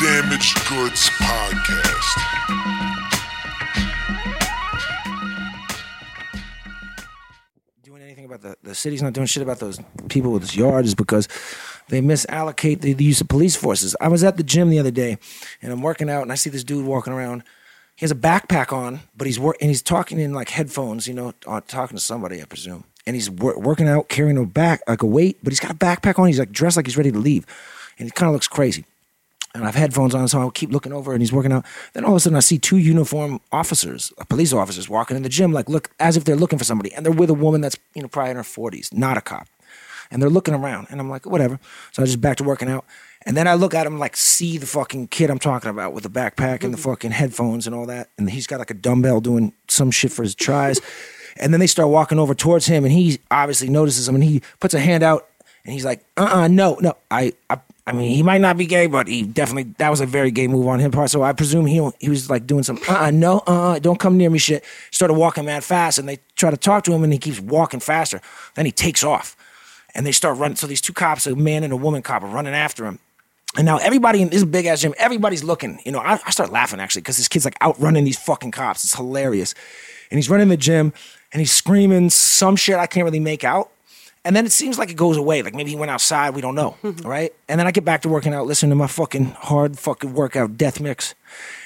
Damaged Goods Podcast. doing anything about the, the city's not doing shit about those people with yards because they misallocate the, the use of police forces. I was at the gym the other day and I'm working out and I see this dude walking around. He has a backpack on, but he's work and he's talking in like headphones, you know, uh, talking to somebody, I presume. And he's wor- working out, carrying a back like a weight, but he's got a backpack on. He's like dressed like he's ready to leave, and he kind of looks crazy and I have headphones on, so I'll keep looking over and he's working out. Then all of a sudden I see two uniform officers, uh, police officers, walking in the gym, like look as if they're looking for somebody. And they're with a woman that's, you know, probably in her forties, not a cop. And they're looking around. And I'm like, whatever. So I just back to working out. And then I look at him like see the fucking kid I'm talking about with the backpack and the fucking headphones and all that. And he's got like a dumbbell doing some shit for his tries. and then they start walking over towards him and he obviously notices him and he puts a hand out and he's like, uh uh no, no. I, I I mean, he might not be gay, but he definitely, that was a very gay move on his part. So I presume he, he was like doing some, uh uh no, uh uh, don't come near me shit. Started walking mad fast and they try to talk to him and he keeps walking faster. Then he takes off and they start running. So these two cops, a man and a woman cop, are running after him. And now everybody in this big ass gym, everybody's looking. You know, I, I start laughing actually because this kid's like outrunning these fucking cops. It's hilarious. And he's running the gym and he's screaming some shit I can't really make out. And then it seems like it goes away. Like maybe he went outside. We don't know. Right. And then I get back to working out, listening to my fucking hard fucking workout death mix.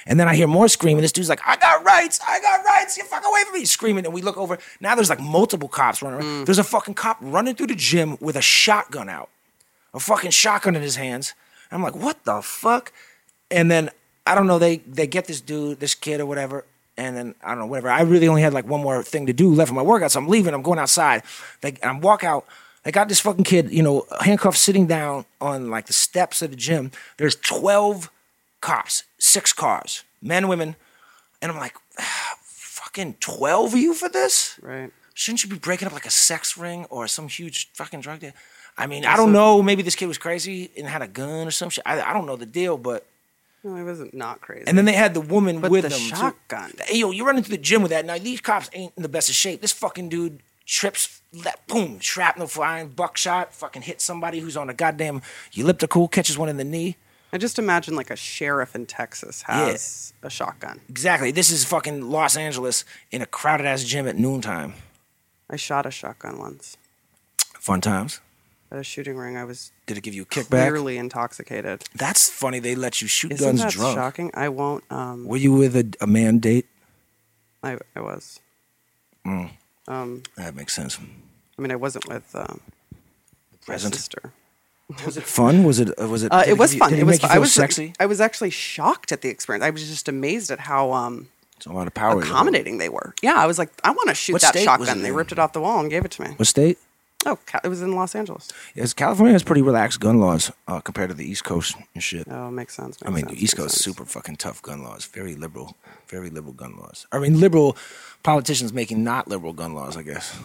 And then I hear more screaming. This dude's like, I got rights. I got rights. Get fuck away from me. He's Screaming. And we look over. Now there's like multiple cops running around. There's a fucking cop running through the gym with a shotgun out a fucking shotgun in his hands. And I'm like, what the fuck? And then I don't know. They they get this dude, this kid or whatever. And then I don't know, whatever. I really only had like one more thing to do left for my workout, so I'm leaving. I'm going outside. They and I walk out. They got this fucking kid, you know, handcuffed, sitting down on like the steps of the gym. There's twelve cops, six cars, men, women, and I'm like, fucking twelve of you for this? Right. shouldn't you be breaking up like a sex ring or some huge fucking drug deal? I mean, I don't know. Maybe this kid was crazy and had a gun or some shit. I, I don't know the deal, but No, it wasn't not crazy. and then they had the woman But with the them. too. shotgun. Hey, yo, you run into the gym with that. Now these cops ain't in the best of shape. This fucking dude trips, left, boom, shrapnel flying, buckshot, fucking hits somebody who's on a goddamn elliptical, catches one in the knee. I just imagine like a sheriff in Texas has a shotgun. Exactly. This is fucking Los Angeles in a crowded ass gym at noontime. I shot a shotgun once Fun times. at a shooting ring. I was Did it give you a kickback? clearly intoxicated. That's funny. They let you shoot Isn't guns that drunk. shocking? I won't. Um, Were you with a, a man date? I, I was. Mm. Um, That makes sense. I mean, I wasn't with um, my Present. sister. Was it fun? Was it? uh, Was it? Uh, did it was give you- fun. Did it, It was. make you fun. I feel was sexy. I was actually shocked at the experience. I was just amazed at how um, It's a lot of power. accommodating they were. Yeah, I was like, I want to shoot What that state was it shotgun. They in? ripped it off the wall and gave it to me. What state? Oh, Ca- it was in Los Angeles. Yes, California has pretty relaxed gun laws uh, compared to the East Coast and shit. Oh, makes sense. I makes mean, sense, the East makes Coast sense. super fucking tough gun laws. Very liberal. Very liberal gun laws. I mean, liberal politicians making not liberal gun laws. I guess.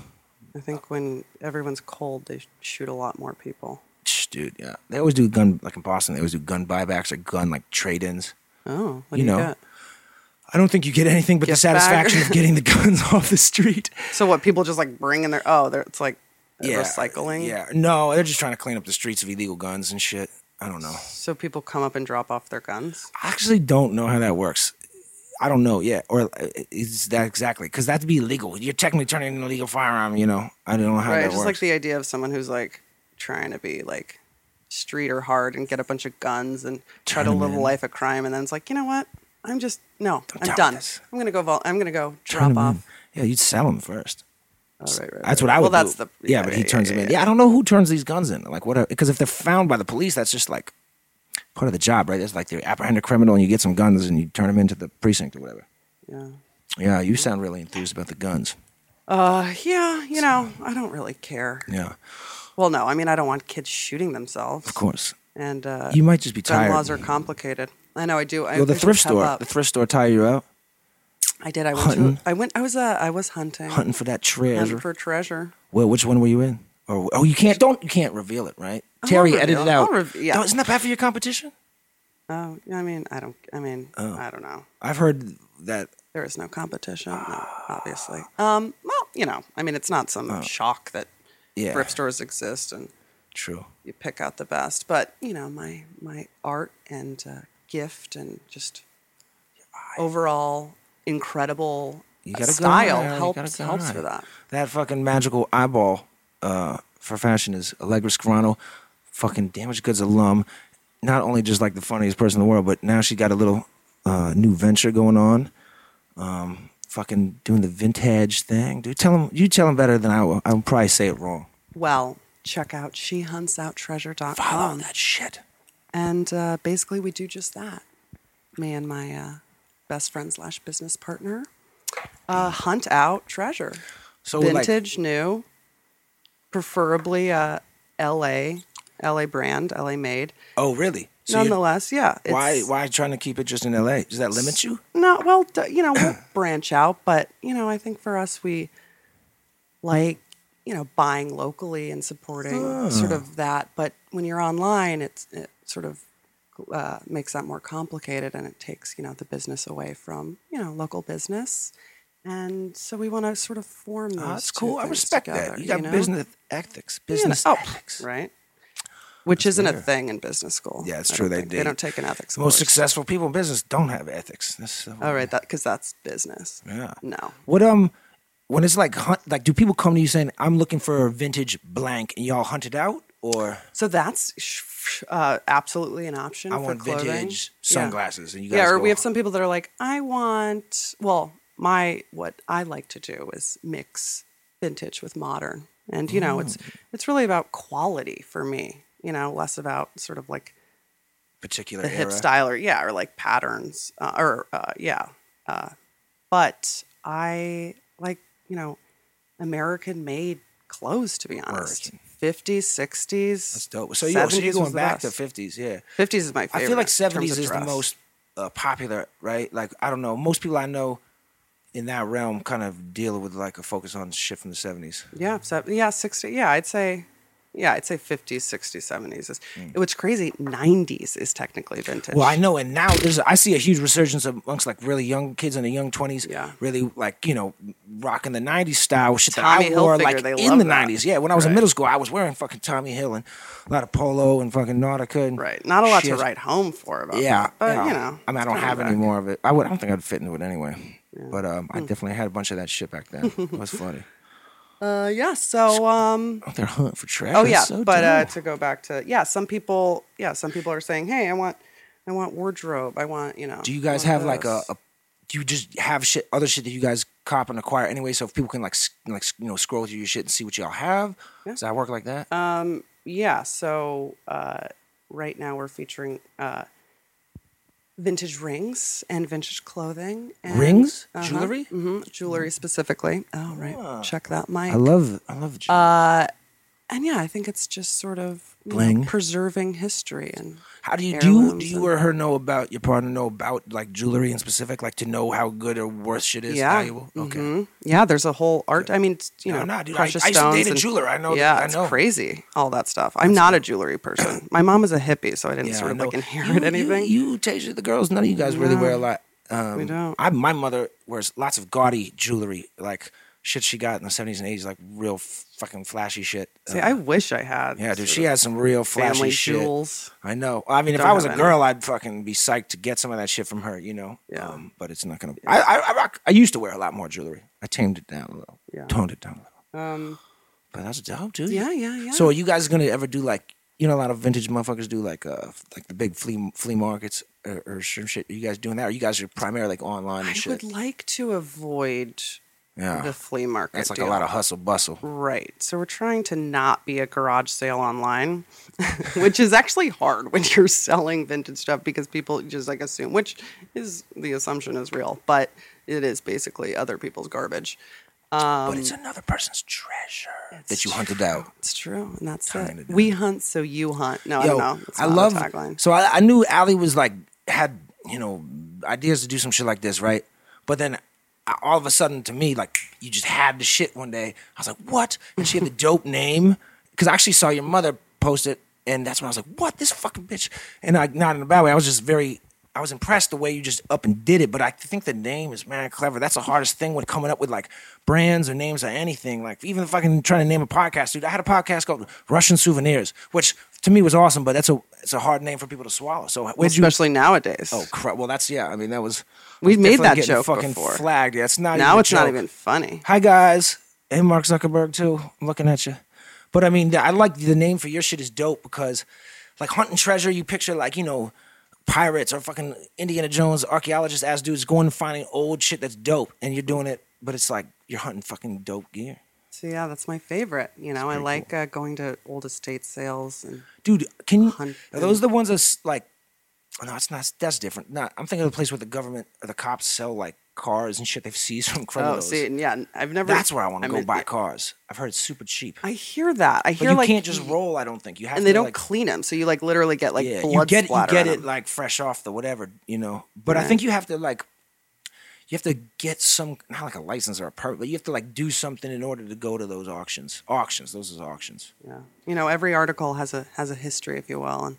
I think when everyone's cold, they shoot a lot more people. Shh, Dude, yeah. They always do gun like in Boston. They always do gun buybacks or gun like trade-ins. Oh, what You do you know. get? I don't think you get anything but the Gift bag. satisfaction of getting the guns off the street. So what? People just like bring in their oh, they're, it's like recycling. Yeah, no, they're just trying to clean up the streets of illegal guns and shit. I don't know. So people come up and drop off their guns. I actually don't know how that works. I don't know yet, or uh, is that exactly? Because that'd be illegal. You're technically turning in an illegal firearm. You know, I don't know how Right. that Just works. like the idea of someone who's like trying to be like street or hard and get a bunch of guns and try to live a life of crime, and then it's like, you know what? I'm just no. tell me I'm done. this. I'm gonna go. Vol- I'm gonna go Turn drop 'em off. in. Yeah, you'd sell them first. Oh, right, right, That's right. what I would. Well, that's do. the yeah, but he turns yeah, them in. Yeah, I don't know who turns these guns in. Like what? Because if they're found by the police, that's just like part of the job, right? That's like they apprehend a criminal and you get some guns and you turn them into the precinct or whatever. Yeah. Yeah, you sound really enthused about the guns. Uh, yeah, you know, I don't really care. Yeah, Well, no, I mean, I don't want kids shooting themselves. of course. And uh, You might just be gun tired. laws are complicated. I know. I do. I Yo, the I thrift just have store. up. The thrift store tire you out I did. I went. hunting. To, I went. I was. Uh, I was hunting. hunting for that treasure. Hunting for treasure. well, which one were you in? Or oh, you can't don't you can't reveal it, right? Terry reveal edited it. out. I'll rev- yeah. Oh, isn't that bad for your competition? Oh, I mean, I don't. I mean, Oh. I don't know. I've heard that. There is no competition. No, obviously. Ah. Um. Well, you know, I mean, it's not some shock that Oh. Yeah, thrift stores exist and True. you pick out the best. But you know, my my art and uh, gift and just overall incredible You uh, got a good style eye. You got helps a good helps eye. for that. That fucking magical eyeball uh, for fashion is Allegra Scarano, fucking damaged goods alum. Not only just like the funniest person in the world, but now she got a little uh, new venture going on. Um, fucking doing the vintage thing, dude. Tell him you tell him better than I will. I'll probably say it wrong. Well, check out shehuntsoutttreasure.com. Follow that shit. And uh, basically, we do just that. Me and my uh, best friend slash business partner uh, hunt out treasure. So like, Vintage, new, preferably uh, a LA, LA brand, LA made. oh really? So you're- Nonetheless, yeah. it's- why why trying to keep it just in L.A. Does that limit you? No, well, d- you know, we'll branch out, but you know, I think for us, we like you know buying locally and supporting sort Ah. of that. But when you're online, it's it sort of uh, makes that more complicated, and it takes you know the business away from you know local business. And so we want to sort of form those. Ah, That's two cool. I things respect together, that. You got know? business ethics. You know, Business oh, ethics. right? Which isn't a thing in business school. Yeah, it's I true, don't they think- do. They don't take an ethics. The most course. successful people in business don't have ethics. That's All right, that because that's business. Yeah. No. What um, when it's like hunt, like do people come to you saying I'm looking for a vintage blank and y'all hunt it out or So that's sh- sh- uh, absolutely an option. I for want clothing. vintage Yeah. sunglasses and you guys Yeah, or go, we have some people that are like, I want. Well, my what I like to do is mix vintage with modern, and you know, it's Mm. it's really about quality for me. You know, less about sort of like particular the hip era. style or yeah or like patterns uh, or uh, yeah uh, but i like you know american made clothes to be honest American. 50s 60s That's dope. So, you, so 70s you're was going the back to best. 50s, yeah. 50s is my favorite I feel like in terms of 70s is the dress. most uh, popular, right? Like I don't know, most people I know in that realm kind of deal with like a focus on shit from the 70s. yeah so, yeah 60 yeah i'd say yeah i'd say 50s 60s 70s is what's crazy 90s is technically vintage Mm. Well, I know, and now there's I see a huge resurgence amongst like really young kids in the young twenties, Yeah. really like you know rocking the '90s style shit Tommy that I wore Hilfiger, like they in love the that. '90s. Yeah, when I was in Right. middle school, I was wearing fucking Tommy Hill and a lot of polo and fucking Nautica. And right not a lot shit. to write home for about Yeah, that, but yeah. you know I mean, I don't it's coming have any back. more of it. I would, I don't think I'd fit into it anyway. But um, Hmm. I definitely had a bunch of that shit back then. It was funny. uh, yeah so um Out there hunting for treasure. Oh yeah, so but uh, dope. to go back to yeah, some people yeah, some people are saying, hey, I want, I want wardrobe, I want you know. Do you guys I have want like a, this." a? Do you just have shit, other shit that you guys cop and acquire anyway? So if people can like, s- like s- you know, scroll through your shit and see what y'all have. Does that work like that? Um, yeah? So uh, right now we're featuring uh, vintage rings and vintage clothing. And, Rings? Jewelry? Mm. Ah. hmm jewelry specifically. Oh right, check that, Mike. I love, I love. uh, and yeah, I think it's just sort of you know, Bling. preserving history and how do you do? you- Do heirlooms you and- or her know about your partner know about like jewelry in specific, like to know how good or worth shit is? Yeah. Valuable. Okay. Mhm. Yeah, there's a whole art. I mean, it's, you No, know, nah, dude, I- precious I used to date stones. a and- jeweler. I know- Yeah, I it's know. crazy. All that stuff. I'm not a jewelry person. My mom was a hippie, so I didn't Yeah, sort I of know. like inherit You- you- anything. You, Tasia, the girls, none of you guys really wear a lot. Um, We don't. I, my mother wears lots of gaudy jewelry, like shit she got in the seventies and eighties, like real f- fucking flashy shit. See, Um, I wish I had. yeah, dude, sort she of has some real flashy family shit. jewels. I know. I mean, if Don't I was a have any. girl, I'd fucking be psyched to get some of that shit from her, you know. Um, Yeah. but it's not gonna. I, I, I, rock- I used to wear a lot more jewelry. I tamed it down a little. Yeah. Toned it down a little. Um, But that's dope, dude. Yeah, yeah, yeah. So are you guys gonna ever do like you know a lot of vintage motherfuckers do like uh like the big flea flea markets or, or some shit? Are you guys doing that? Or you guys are primarily like online and I shit? would like to avoid yeah, the flea market. that's like deal. a lot of hustle bustle. Right. So we're trying to not be a garage sale online, which is actually hard when you're selling vintage stuff because people just like assume, which is the assumption is real, but it is basically other people's garbage. Um, but it's another person's treasure that you hunted out. It's true. And that's Kinda it. We hunt so you hunt. No, I don't know. It's I not a love. tagline. So I, I knew Allie was like had you know ideas to do some shit like this, right? But then I, all of a sudden, to me, like you just had the shit one day. I was like, what? And she had the dope name because I actually saw your mother post it, and that's when I was like, what? This fucking bitch. And I not in a bad way. I was just very. I was impressed the way you just up and did it, but I think the name is man clever. That's the hardest thing when coming up with like brands or names or anything. Like even fucking trying to name a podcast, dude. I had a podcast called Russian Souvenirs, which to me was awesome, but that's a it's a hard name for people to swallow. So where'd you? especially nowadays. Oh crap! Well, that's yeah. I mean, that was We've made definitely that getting joke fucking before. flagged. Yeah, it's not even now a it's not joke. even funny. Hi guys, hey Mark Zuckerberg too. I'm looking at you, but I mean, I like the name for your shit is dope because, like hunting treasure, you picture like you know pirates or fucking Indiana Jones archaeologists ass dudes going and finding old shit that's dope, and you're doing it, but it's like you're hunting fucking dope gear. So yeah, that's my favorite. You know, I like uh, going to old estate sales and Dude, can you? Hunt- Are those the ones that's like? oh, No, it's not. That's different. Not. I'm thinking of the place where the government or the cops sell like cars and shit they've seized from oh, criminals. see, and yeah, I've never. that's where I want to go mean, buy cars. I've heard it's super cheap. I hear that. I But hear you like can't just roll. I don't think you have. and they to, don't like, clean them, so you like literally get like yeah, blood you get you splatter. get on it 'em. like fresh off the whatever you know. But I Yeah. think you have to like you have to get some not like a license or a permit, but you have to like do something in order to go to those auctions. Auctions, those are auctions. Yeah. You know, every article has a has a history, if you will, and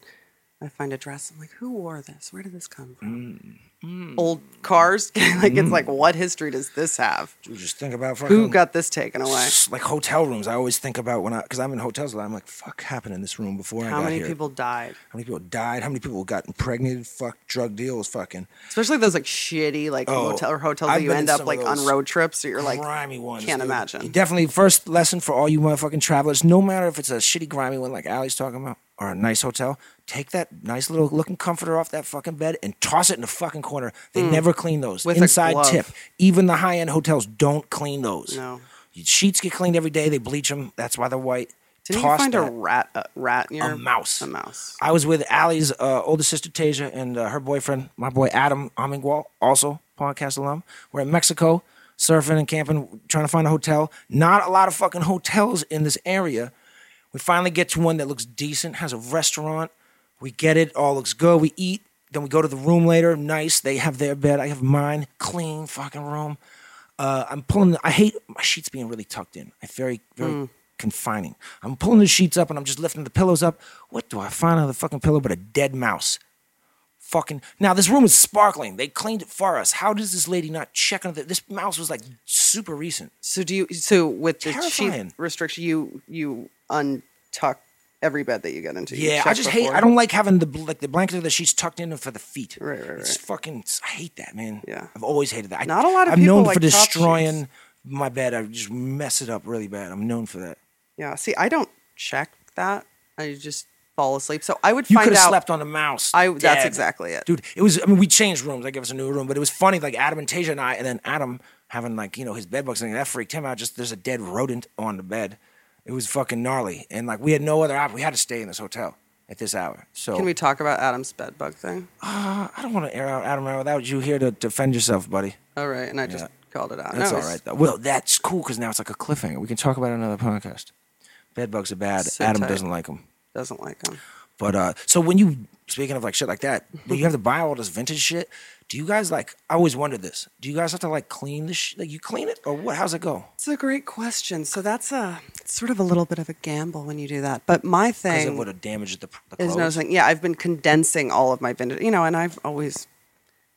I find a dress. I'm like, who wore this? Where did this come from? Mm. Old cars. like it's like, what history does this have? You just think about fucking Who got this taken away? like hotel rooms. I always think about when I because I'm in hotels a lot. I'm like, fuck, happened in this room before I How got many here. people died? How many people died? How many people got impregnated? Fuck, drug deals, fucking. Especially those like shitty like Oh, motel or hotels I've that you been end in up some of like on those road trips that you're like grimy ones. can't dude. imagine. Definitely, first lesson for all you motherfucking travelers. No matter if it's a shitty grimy one like Ali's talking about, or a nice hotel, take that nice little looking comforter off that fucking bed and toss it in the fucking corner. They never clean those. Hmm. With a Inside glove. tip. Even the high end hotels don't clean those. No. Your sheets get cleaned every day. They bleach them. That's why they're white. Didn't Toss you find a that. rat a rat in your A mouse. A mouse. I was with Allie's uh, older sister Tasia and uh, her boyfriend, my boy Adam Amingwal, also podcast alum. We're in Mexico, surfing and camping, trying to find a hotel. Not a lot of fucking hotels in this area. We finally get to one that looks decent, has a restaurant. We get it, all looks good. We eat, then we go to the room later. Nice, they have their bed, I have mine. Clean fucking room. Uh, I'm pulling. I hate my sheets being really tucked in. I very very Mm. confining. I'm pulling the sheets up and I'm just lifting the pillows up. What do I find on the fucking pillow but a dead mouse? Fucking now, this room is sparkling. They cleaned it for us. How does this lady not check on that? This mouse was like super recent. So do you so with the Terrifying. sheet restriction you you untuck every bed that you get into. You Yeah, I check just hate. I before. don't like having the bl- like the blanket or the sheets tucked in for the feet. Right, right, It's right. fucking. I hate that, man. Yeah. I've always hated that. I- Not a lot of I'm people known like for top sheets. destroying my bed. I just mess it up really bad. I'm known for that. Yeah. See, I don't check that. I just fall asleep. So I would You find could have out. slept on a mouse. I- that's dead. exactly it. dude. It was. I mean, we changed rooms. I gave us a new room, but it was funny. Like Adam and Tasia and I, and then Adam having like you know his bed bugs and that freaked him out. Just there's a dead rodent on the bed. It was fucking gnarly, and like we had no other option. We had to stay in this hotel at this hour. So uh, Can we talk about Adam's bed bug thing? I don't want to air out Adam without you here to defend yourself, buddy. All right, and I just called it out. That's Uh, No, all it's- right though. Well, that's cool because now it's like a cliffhanger. We can talk about it on another podcast. Bed bugs are bad. So Adam tight. doesn't like them. Doesn't like them. But uh, so when you speaking of like shit like that, when you have to buy all this vintage shit, do you guys like? I always wondered this. Do you guys have to like clean the shit? Like you clean it or what? How's it go? It's a great question. So that's a it's sort of a little bit of a gamble when you do that. But my Because it thing would have damaged the, the is clothes. noticing. Yeah, I've been condensing all of my vintage. You know, and I've always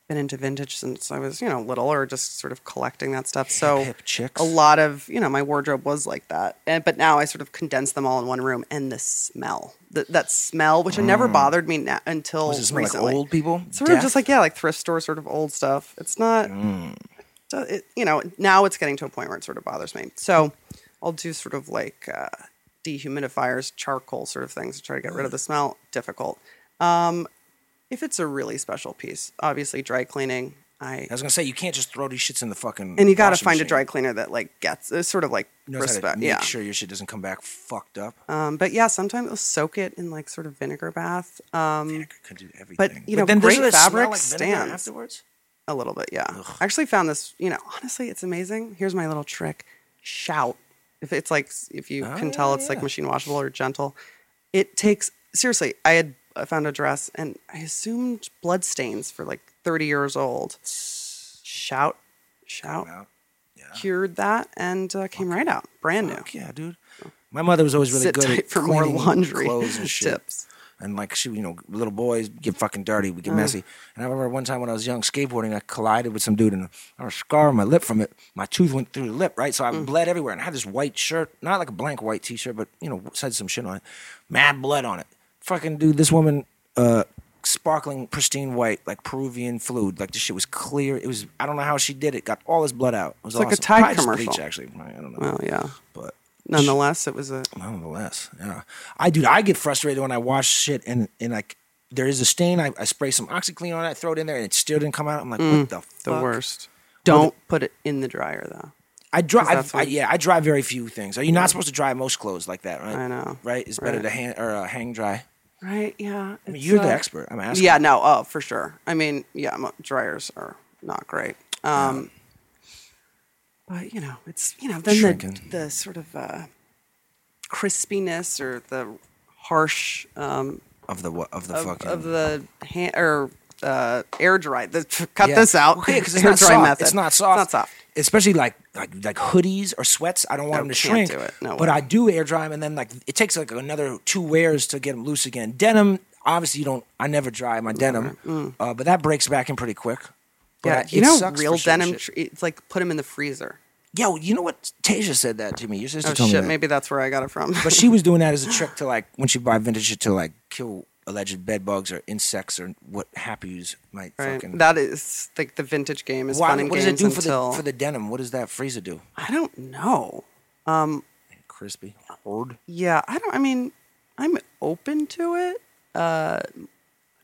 been into vintage since I was you know little, or just sort of collecting that stuff. So hip chicks. a lot of you know my wardrobe was like that. And but now I sort of condense them all in one room. And the smell, Th that smell, which had never bothered me na- until Mm. Does it smell like recently. old people? sort of Death? Mm. just like yeah, like thrift store sort of old stuff. It's not, so it, you know, now it's getting to a point where it sort of bothers me. So I'll do sort of like uh, dehumidifiers, charcoal sort of things to try to get rid of the smell. Difficult. Um, if it's a really special piece, obviously dry cleaning. I I was gonna say you can't just throw these shits in the fucking. and you got to washing find a machine. dry cleaner that like gets it's sort of like Knows how to respect. Make Yeah. sure your shit doesn't come back fucked up. Um, but yeah, sometimes I'll soak it in like sort of vinegar bath. Um, Vinegar can do everything. you know, doesn't great it smell fabric like vinegar stands. afterwards. A little bit, yeah. I actually found this, you know, honestly, it's amazing. Here's my little trick shout. If it's like, if you can Oh, tell it's like machine washable or gentle, it takes, seriously, I had I found a dress and I assumed blood stains for like 30 years old. Shout, shout, Out. Yeah. cured that and uh, came right out, brand new. Fuck yeah, dude. My mother was always really Oh. Sit good tight at for more cleaning laundry clothes and shit. tips. And like she, you know, little boys get fucking dirty, we get messy. And I remember one time when I was young skateboarding, I collided with some dude and I had a scar on my lip from it. My tooth went through the lip, right? So I Mm. bled everywhere. And I had this white shirt, not like a blank white t-shirt, but you know, said some shit on it. Mad blood on it. fucking dude, this woman, uh, sparkling, pristine white, like Peruvian fluid. Like this shit was clear. It was. I don't know how she did it. Got all this blood out. It was It's like a awesome. Tide Probably just commercial. bleach, actually, I don't know. Well, yeah. but Nonetheless, it was uh, a nonetheless, yeah. I dude, I get frustrated when I wash shit and and like there is a stain. I, I spray some OxyClean on it, throw it in there, and it still didn't come out. I'm like, what the Mm, the fuck? worst. Don't put it in the dryer though. I drive. that's I, what- yeah, I dry very few things. Are you not supposed to dry most clothes like that? Right. I know. Right. It's better Right. to hang or uh, hang dry. Right? Yeah. I mean, it's, you're the uh, expert. I'm asking. Yeah, no, oh, for sure. I mean, yeah, mo- dryers are not great. Um, But, you know, it's, you know, then the, Shrinking. the sort of uh, crispiness or the harsh um, Of the what? Of the of, fucking. of the hand or uh, air dry. The, cut Yeah. this out. Well, yeah, 'cause it's Air not dry soft. method. It's not soft. It's not soft. Especially like like like hoodies or sweats. I don't want No, them to can't shrink. do it. No but way. I do air dry them, and then like it takes like another two wears to get them loose again. Denim, obviously, you don't. I never dry my denim, uh, but that breaks back in pretty quick. But Mm. Yeah, I- you it know, sucks for real certain denim, shit. tr- it's like put them in the freezer. Yeah, well, you know what? Tasia said that to me. Your sister Oh, told me shit, that. maybe that's where I got it from. But she was doing that as a trick to like when she buy vintage shit to like kill alleged bed bugs or insects or what happies might Right. fucking. That is like the vintage game is Why- fun and what does it games do for until the for the denim? What does that freezer do? I don't know. Crispy, hard. Yeah, I don't. I mean, I'm open to it. Uh,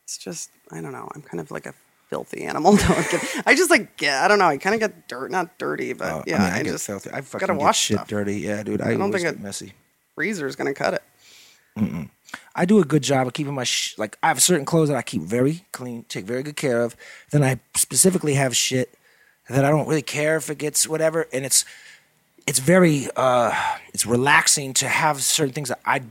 it's just I don't know. I'm kind of like a filthy animal. No, I'm kidding. I just like get. I don't know. I kind of get dirt, not dirty, but Oh, yeah. I, mean, I, get just filthy. I fucking gotta get wash shit stuff. dirty. Yeah, dude. I, don't always think get I- messy. Freezer's gonna cut it. I do a good job of keeping my sh- like I have certain clothes that I keep very clean, take very good care of. Then I specifically have shit that I don't really care if it gets whatever, and it's it's very uh it's relaxing to have certain things that I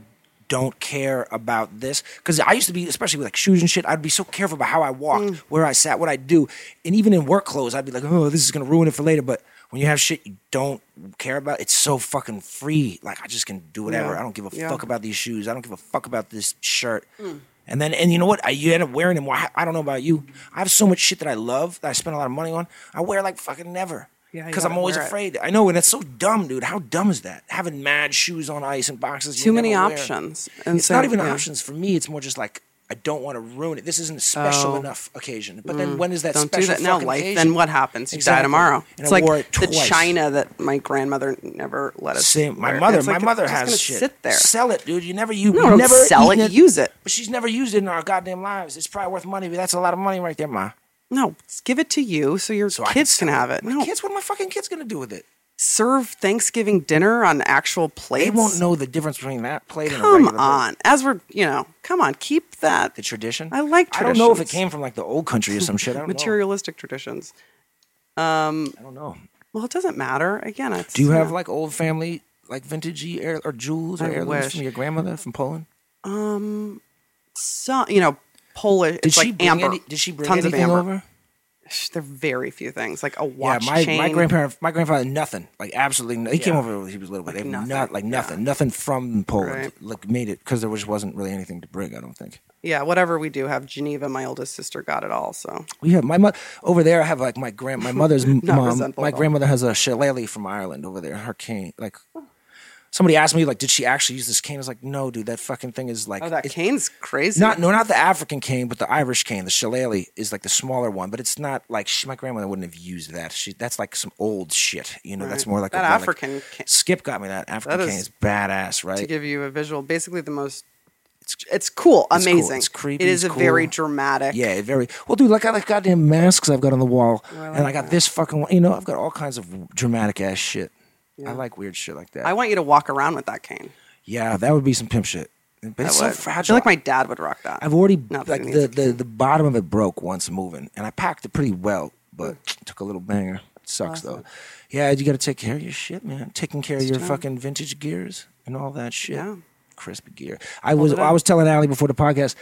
don't care about this because I used to be especially with like shoes and shit I'd be so careful about how I walked Mm. where I sat what I do and even in work clothes I'd be like oh this is gonna ruin it for later but when you have shit you don't care about it's so fucking free like I just can do whatever Yeah. I don't give a Yeah. fuck about these shoes I don't give a fuck about this shirt Mm. and then and you know what I, you end up wearing them Why- I don't know about you I have so much shit that I love that I spend a lot of money on I wear like fucking never Yeah, you because I'm gotta always wear it. afraid. I know, and that's so dumb, dude. How dumb is that? Having mad shoes on ice and boxes. you Too many never wear. options, and It's so, not even yeah. options for me. It's more just like I don't want to ruin it. This isn't a special Oh. Mm. enough occasion. But then when is that Don't do special that now, fucking life. occasion? Then what happens? You die Exactly. tomorrow. And it's I like wore it the twice. china that my grandmother never let us. Same. My wear. mother. It's my like, mother it's just has gonna shit. Sit there. Sell it, dude. You never you No, don't never sell it. eaten Use it. But she's never used it in our goddamn lives. It's probably worth money, but that's a lot of money right there, ma. No, give it to you so your I kids can sell have it. My No, kids. What are my fucking kids gonna do with it? serve Thanksgiving dinner on actual plates. They won't know the difference between that plate and a Come regular plate. on, as we're you know, come on, keep that the tradition. I like I don't know if it traditions. came from like the old country or some shit. I don't materialistic traditions. Um, Know. I don't know. Well, it doesn't matter. Again, it's, Do you have know, like old family like vintagey air or jewels or I heirlooms wish. from your grandmother from Poland? some you know Polish? Did it's she like bring amber. any- did she bring tons anything of amber. over? Sh- There are very few things like a watch yeah, my chain. my grandparent, my grandfather, nothing. Like absolutely, no, he came Yeah. over when he was little, but they nothing. not like nothing, nothing from Poland. Right. Like made it because there was wasn't really anything to bring. I don't think. Yeah, whatever we do have, Geneva, my oldest sister, got it all. So We have my mother over there. I have like my grand, my mother's m- Not mom. resentful My at all. grandmother has a shillelagh from Ireland over there. Her cane, like somebody asked me, like, did she actually use this cane? I was like, no, dude, that fucking thing is like, oh, that it's cane's crazy. not no, not the African cane, but the Irish cane. The shillelagh is like the smaller one, but it's not like she, my grandmother wouldn't have used that. She that's like some old shit, you know. That's Right. more like a That relic. African ca- Skip got me that African That cane. is- It's badass, to right? give you a visual, basically the most. It's, it's cool, amazing. It's creepy, It is it's a very cool. dramatic. Yeah, it very well, dude. Like I like goddamn masks I've got on the wall, like and I got this fucking. one- You know, I've got all kinds of dramatic ass shit. I like weird shit like that. I want you to walk around with that cane. yeah, that would be some pimp shit. But it's so But I fragile. feel like my dad would rock that. I've already like Not that it the, needs the, the bottom of it broke once moving, and I packed it pretty well, but Mm. took a little banger. It sucks though. Yeah, you got to take care of your shit, man. Taking care of your fucking vintage gears and all that shit. Yeah. Crispy gear. I Oh, was I was telling Allie before the podcast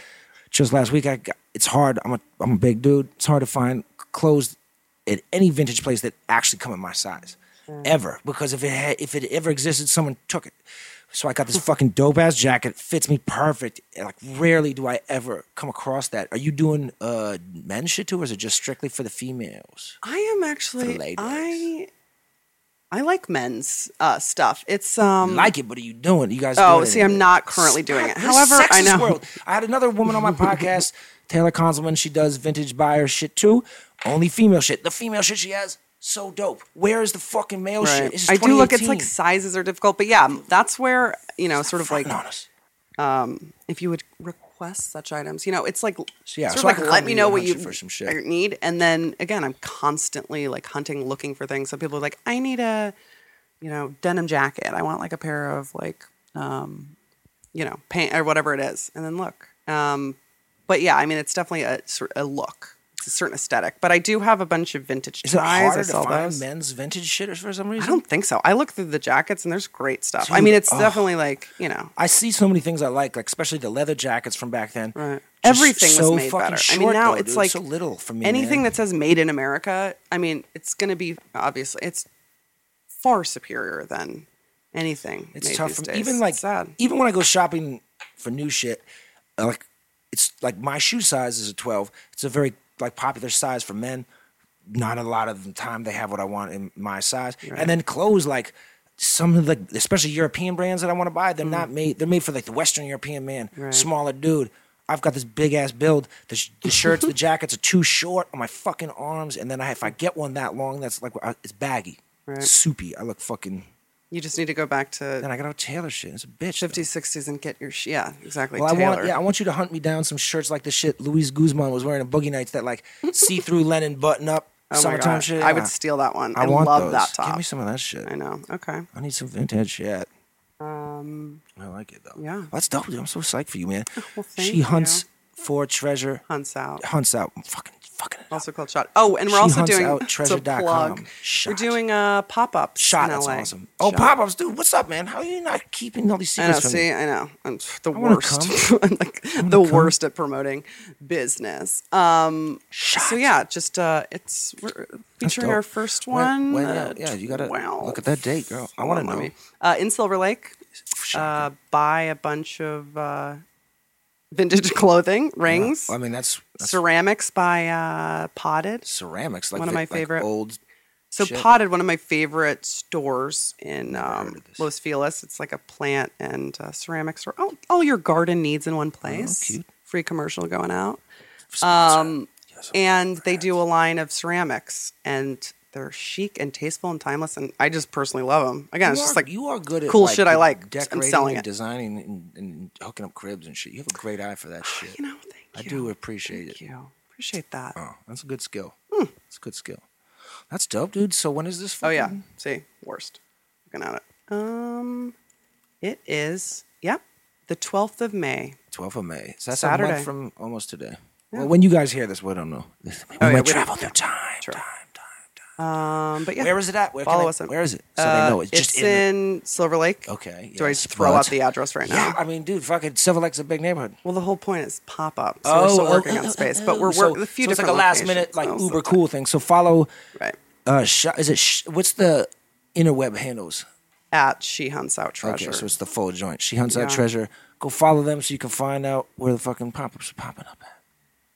just last week. I got, it's hard. I'm a I'm a big dude. It's hard to find clothes at any vintage place that actually come in my size ever because if it had, if it ever existed, someone took it. So I got this fucking dope ass jacket, fits me perfect. and, Like rarely do I ever come across that. Are you doing uh men shit too, or is it just strictly for the females? I am actually. ladies. I I like men's uh, stuff. It's um like it, but are you doing? You guys? oh, doing see, it? I'm not currently doing it. This However, I sexist know World. I had another woman on my podcast, Taylor Conzelman. She does vintage buyer shit too. Only female shit. The female shit she has so dope. Where is the fucking male shit? This is I do look. It's 2018. like sizes are difficult, but yeah, that's where you know, sort of like Fucking honest. if you would request such items, you know, it's like yeah, sort so I could of like come let to me you know and what hunt you you for some shit. need, and then again, I'm constantly like hunting, looking for things. Some people are like, I need a, you know, denim jacket. I want like a pair of like, um, you know, paint or whatever it is, and then look. Um, but yeah, I mean, it's definitely a sort- a look. It's a certain aesthetic, but I do have a bunch of vintage Is ties. it I harder to sell find those. men's vintage shit for some reason? I don't think so. I look through the jackets and there's great stuff. I Dude, mean, it's ugh. definitely like, you know, I see so many things I like, like especially the leather jackets from back then. Right. Just Everything was so made fucking better. I Short, mean, now though, it's dude. like so little for me. anything man. that says made in America, I mean, it's going to be obviously, it's far superior than anything. it's made tough. These for me. days. Even like It's sad. even when I go shopping for new shit, uh, like it's like my shoe size is a twelve. It's a very like popular size for men. Not a lot of the time they have what I want in my size. And then clothes like some of the especially European brands that I want to buy, they're Mm. not made. They're made for like the Western European man, smaller dude. I've got this big ass build. The, sh- the shirts, the jackets are too short on my fucking arms, and then I, if Mm. I get one that long, that's like I- it's baggy, soupy. I look fucking you just need to go back to then I got to tailor shit. It's a bitch. though. 50s, 60s and get your, sh- yeah, exactly. Well, I want tailored. yeah, I want you to hunt me down some shirts like the shit Luis Guzman was wearing in Boogie Nights that like see through Lennon button up Oh my summertime God. shit. I Yeah. would steal that one. I, I want love those. that top. Give me some of that shit. I know. Okay. I need some vintage shit. Um, I like it though. Yeah. that's dope, dude. I'm so psyched for you, man. well, thank she you. hunts for treasure. hunts out. Hunts out. fucking fucking. it up. Also called Shot. Oh, and we're She also hunts doing out it's a treasure.com. plug. We're Shot. doing uh, pop ups. Shot. in That's LA. awesome. Oh, Shot. pop ups, dude. What's up, man? How are you not keeping all these I know. secrets from me? See, I know. I'm the wanna worst. I'm like the worst at promoting business. Um, so yeah, just uh, it's we're featuring dope. our first When- one. when- uh, yeah, you gotta wow. look at that date, girl. I wanna Hold on, let know. me- uh, in Silver Lake. Uh, Shocking. buy a bunch of uh, vintage clothing, rings, I mean, that's, that's ceramics by uh, Potted. ceramics. Like One of the- my like favorite- old. So Shit. potted one of my favorite stores in um, of this. Los Feliz. It's like a plant and uh, ceramic store. Oh, all your garden needs in one place. Oh, cute. Free commercial going out. Um, and they do a line of ceramics, and they're chic and tasteful and timeless. And I just personally love them. Again, it's You just are- like you are good at cool shit I like. I'm Decorating, selling and it. designing, and, and hooking up cribs and shit. You have a great eye for that shit. you know. Thank I you. do appreciate Thank it. you. Appreciate that. Oh, that's a good skill. That's a good skill. That's dope, dude. So when is this? Oh yeah. fucking- See, worst. Looking at it. Um, it is. Yep, the twelfth of May. 12th of May. So that's a Saturday. Oh, month from almost today. Well, when you guys hear this, we don't know. We yeah, we might don't- travel through time, time, time, time. Um, but yeah. Where is it at? Where can Follow I- us on- Where is it? So Uh, they know it's, just in. the- in, Silver Lake. Okay, Do I yes, just throw out but- the address right now? yeah, I mean, dude, fucking Silver Lake's a big neighborhood. Well, the whole point is pop up. So Oh, we're still working on space, but we're So- working a few so it's like different a last minute, locations. like Oh, so- uber cool thing. So follow. Right. Uh, sh- is it sh- what's the interweb handles? At She Hunts Out Treasure. Okay, so it's the full joint. She hunts that Yeah. treasure. Go follow them so you can find out where the fucking pop ups are popping up at.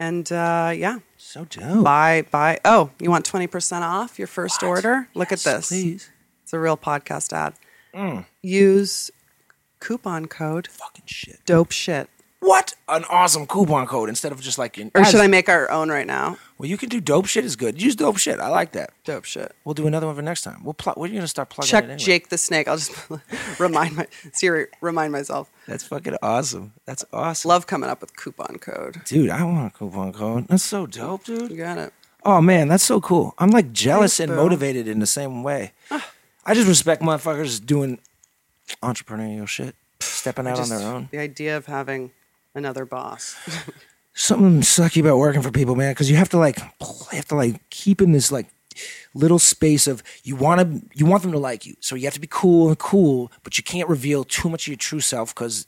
and uh, yeah, So dope. buy, buy. Oh, you want 20% off your first order? Look at this. please. Hmm. It's a real podcast ad. Use coupon code Fucking shit. dope shit. What an awesome coupon code instead of just like an. Or should ad- I make our own right now? Well, you can do dope shit is good. Use dope shit. I like that. Dope shit. We'll do another one for next time. We'll plug. We're gonna start plugging. Check it anyway. Jake the Snake. I'll just remind my Siri, remind myself. That's fucking awesome. That's awesome. Love coming up with coupon code. dude. I want a coupon code. That's so dope, dude. You got it. Oh man, that's so cool. I'm like jealous Thanks, and bro. motivated in the same way. I just respect motherfuckers doing entrepreneurial shit, stepping out on Just their own. The idea of having another boss. Something sucky about working for people, man, because you have to like, you have to like keep in this like little space of you want to, you want them to like you, so you have to be cool and cool, but you can't reveal too much of your true self because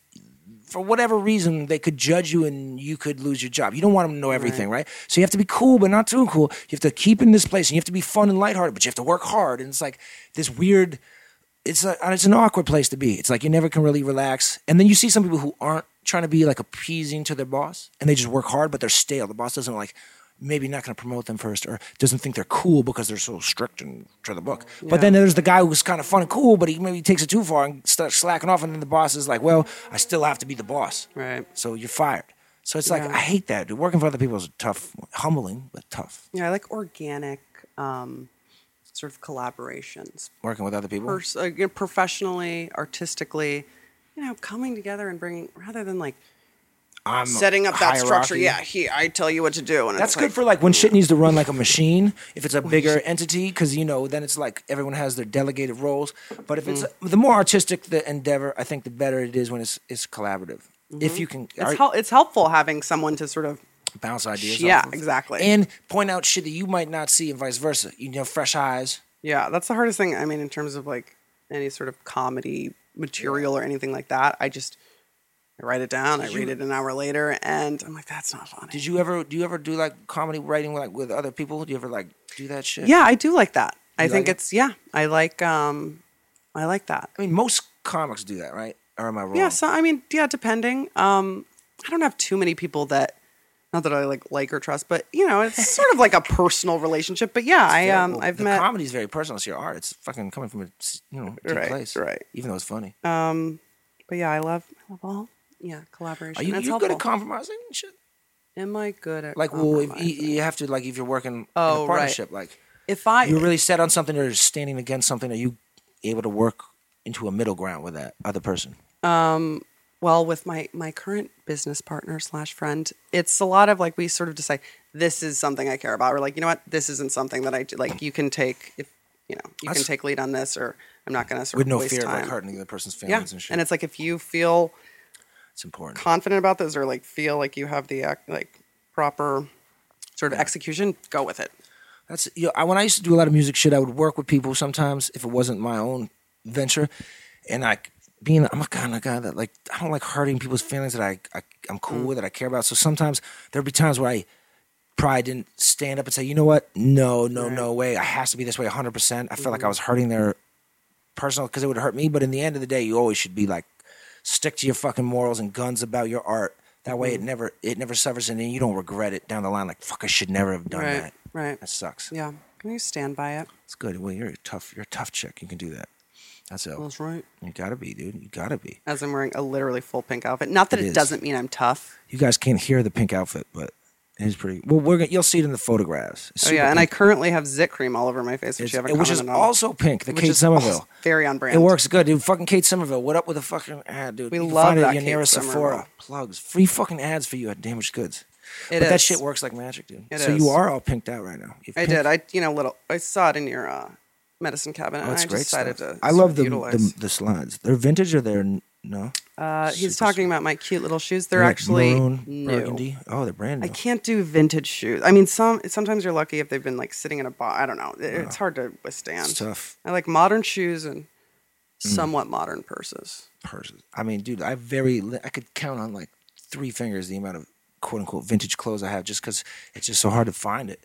for whatever reason, they could judge you and you could lose your job. You don't want them to know everything, right. So you have to be cool, but not too cool. You have to keep in this place and you have to be fun and lighthearted, but you have to work hard. And it's like this weird, it's, like it's an awkward place to be. It's like you never can really relax. And then you see some people who aren't trying to be like appeasing to their boss and they just work hard, but they're stale. The boss doesn't like maybe not going to promote them first or doesn't think they're cool because they're so strict and to the book. But then there's the guy who's kind of fun and cool, but he maybe takes it too far and starts slacking off. And then the boss is like, well, I still have to be the boss. Right. So you're fired. So it's like, Yeah. I hate that. Dude. Working for other people is tough, humbling, but tough. Yeah, I like organic um, sort of collaborations, Working with other people. Pers- uh, you know, professionally, artistically, you know, coming together and bringing rather than like I'm setting up that structure. hierarchy. Yeah, he, I tell you what to do, and That's it's good like, for like when shit needs to run like a machine. If it's a bigger entity, because you know, then it's like everyone has their delegated roles. But if it's Mm. the more artistic the endeavor, I think the better it is when it's it's collaborative. If you can Mm-hmm. It's, ar- hel- it's helpful having someone to sort of bounce ideas, Yeah, off of. exactly. and point out shit that you might not see, and vice versa. You know, fresh eyes. yeah. That's the hardest thing. I mean, in terms of like any sort of comedy material or anything like that, I just I write it down. I read it an hour later, and I'm like, that's not funny. Did you ever do you ever do like comedy writing like with other people? Do you ever like do that shit? yeah, I do like that. I You think like it? it's yeah. I like um, I like that. I mean, most comics do that, right? Or am I wrong? Yeah, so I mean, yeah, depending. Um, I don't have too many people that, not that I like like or trust, but you know, it's sort of like a personal relationship. But yeah, I Yeah, um, well, I've the met. comedy is very personal. It's your art. It's fucking coming from a s- you know deep Right, place, right. Even though it's funny. um, but yeah, I love I love all yeah collaboration. Are you, That's you helpful. good at compromising and shit? Am I good at Like, well, if you, compromising? you have to, like, if you're working in Oh, a right. partnership, like, if I you're really set on something or standing against something, are you able to work into a middle ground with that other person? well with my my current business partner slash friend it's a lot of like we sort of decide this is something i care about we're like you know what this isn't something that i do like you can take if you know you That's- can take lead on this or i'm not gonna sort With of no waste fear time. of like hurting the other person's feelings yeah and shit. and it's like if you feel it's important. confident about this or like feel like you have the act like proper sort of execution go with it That's you know, I, when I used to do a lot of music shit. I would work with people sometimes if it wasn't my own venture, and like being I'm a kind of guy that like I don't like hurting people's feelings that I, I I'm cool with that I care about. So sometimes there'd be times where I probably didn't stand up and say, you know what, no, no, no way, I has to be this way 100. percent I felt like I was hurting their personal because it would hurt me. But in the end of the day, you always should be like stick to your fucking morals and guns about your art. That way, it never it never suffers, and then you don't regret it down the line. Like fuck, I should never have done right that. right That sucks. yeah can you stand by it It's good. Well, you're a tough. You're a tough chick. You can do that. That's it. that's right You gotta be, dude. You gotta be. as i'm wearing a literally full pink outfit not that It it, is. doesn't mean i'm tough You guys can't hear the pink outfit, but it's pretty. Well, we're gonna, you'll see it in the photographs. It's Oh super yeah, and I pink. currently have zit cream all over my face, which It's- you haven't which is commented on. also pink. The Which Kate is Somerville. also very on brand. It works good, dude. Fucking Kate Somerville. What up with the fucking ad, dude? We you can love find it at that your Kate nearest Sephora. Somerville. Plugs. Free fucking ads for you at Damaged Goods. It but that is. shit works like magic, dude. It so is. you are all pinked out right now. You've I pink- did. I you know little. I saw it in your uh, medicine cabinet. Oh, and it's I great decided stuff. to. I sort love of the, the utilize. the slides. They're vintage or they're n- no? uh, he's super talking about my cute little shoes. They're like actually maroon, new. burgundy. Oh, they're brand new. I can't do vintage shoes. I mean, some sometimes you're lucky if they've been like sitting in a box. I don't know. It- Uh, It's hard to withstand. It's tough. I like modern shoes and Mm. somewhat modern purses. purses. I mean, dude, I very li- I could count on like three fingers the amount of quote unquote vintage clothes I have just because it's just so hard to find it.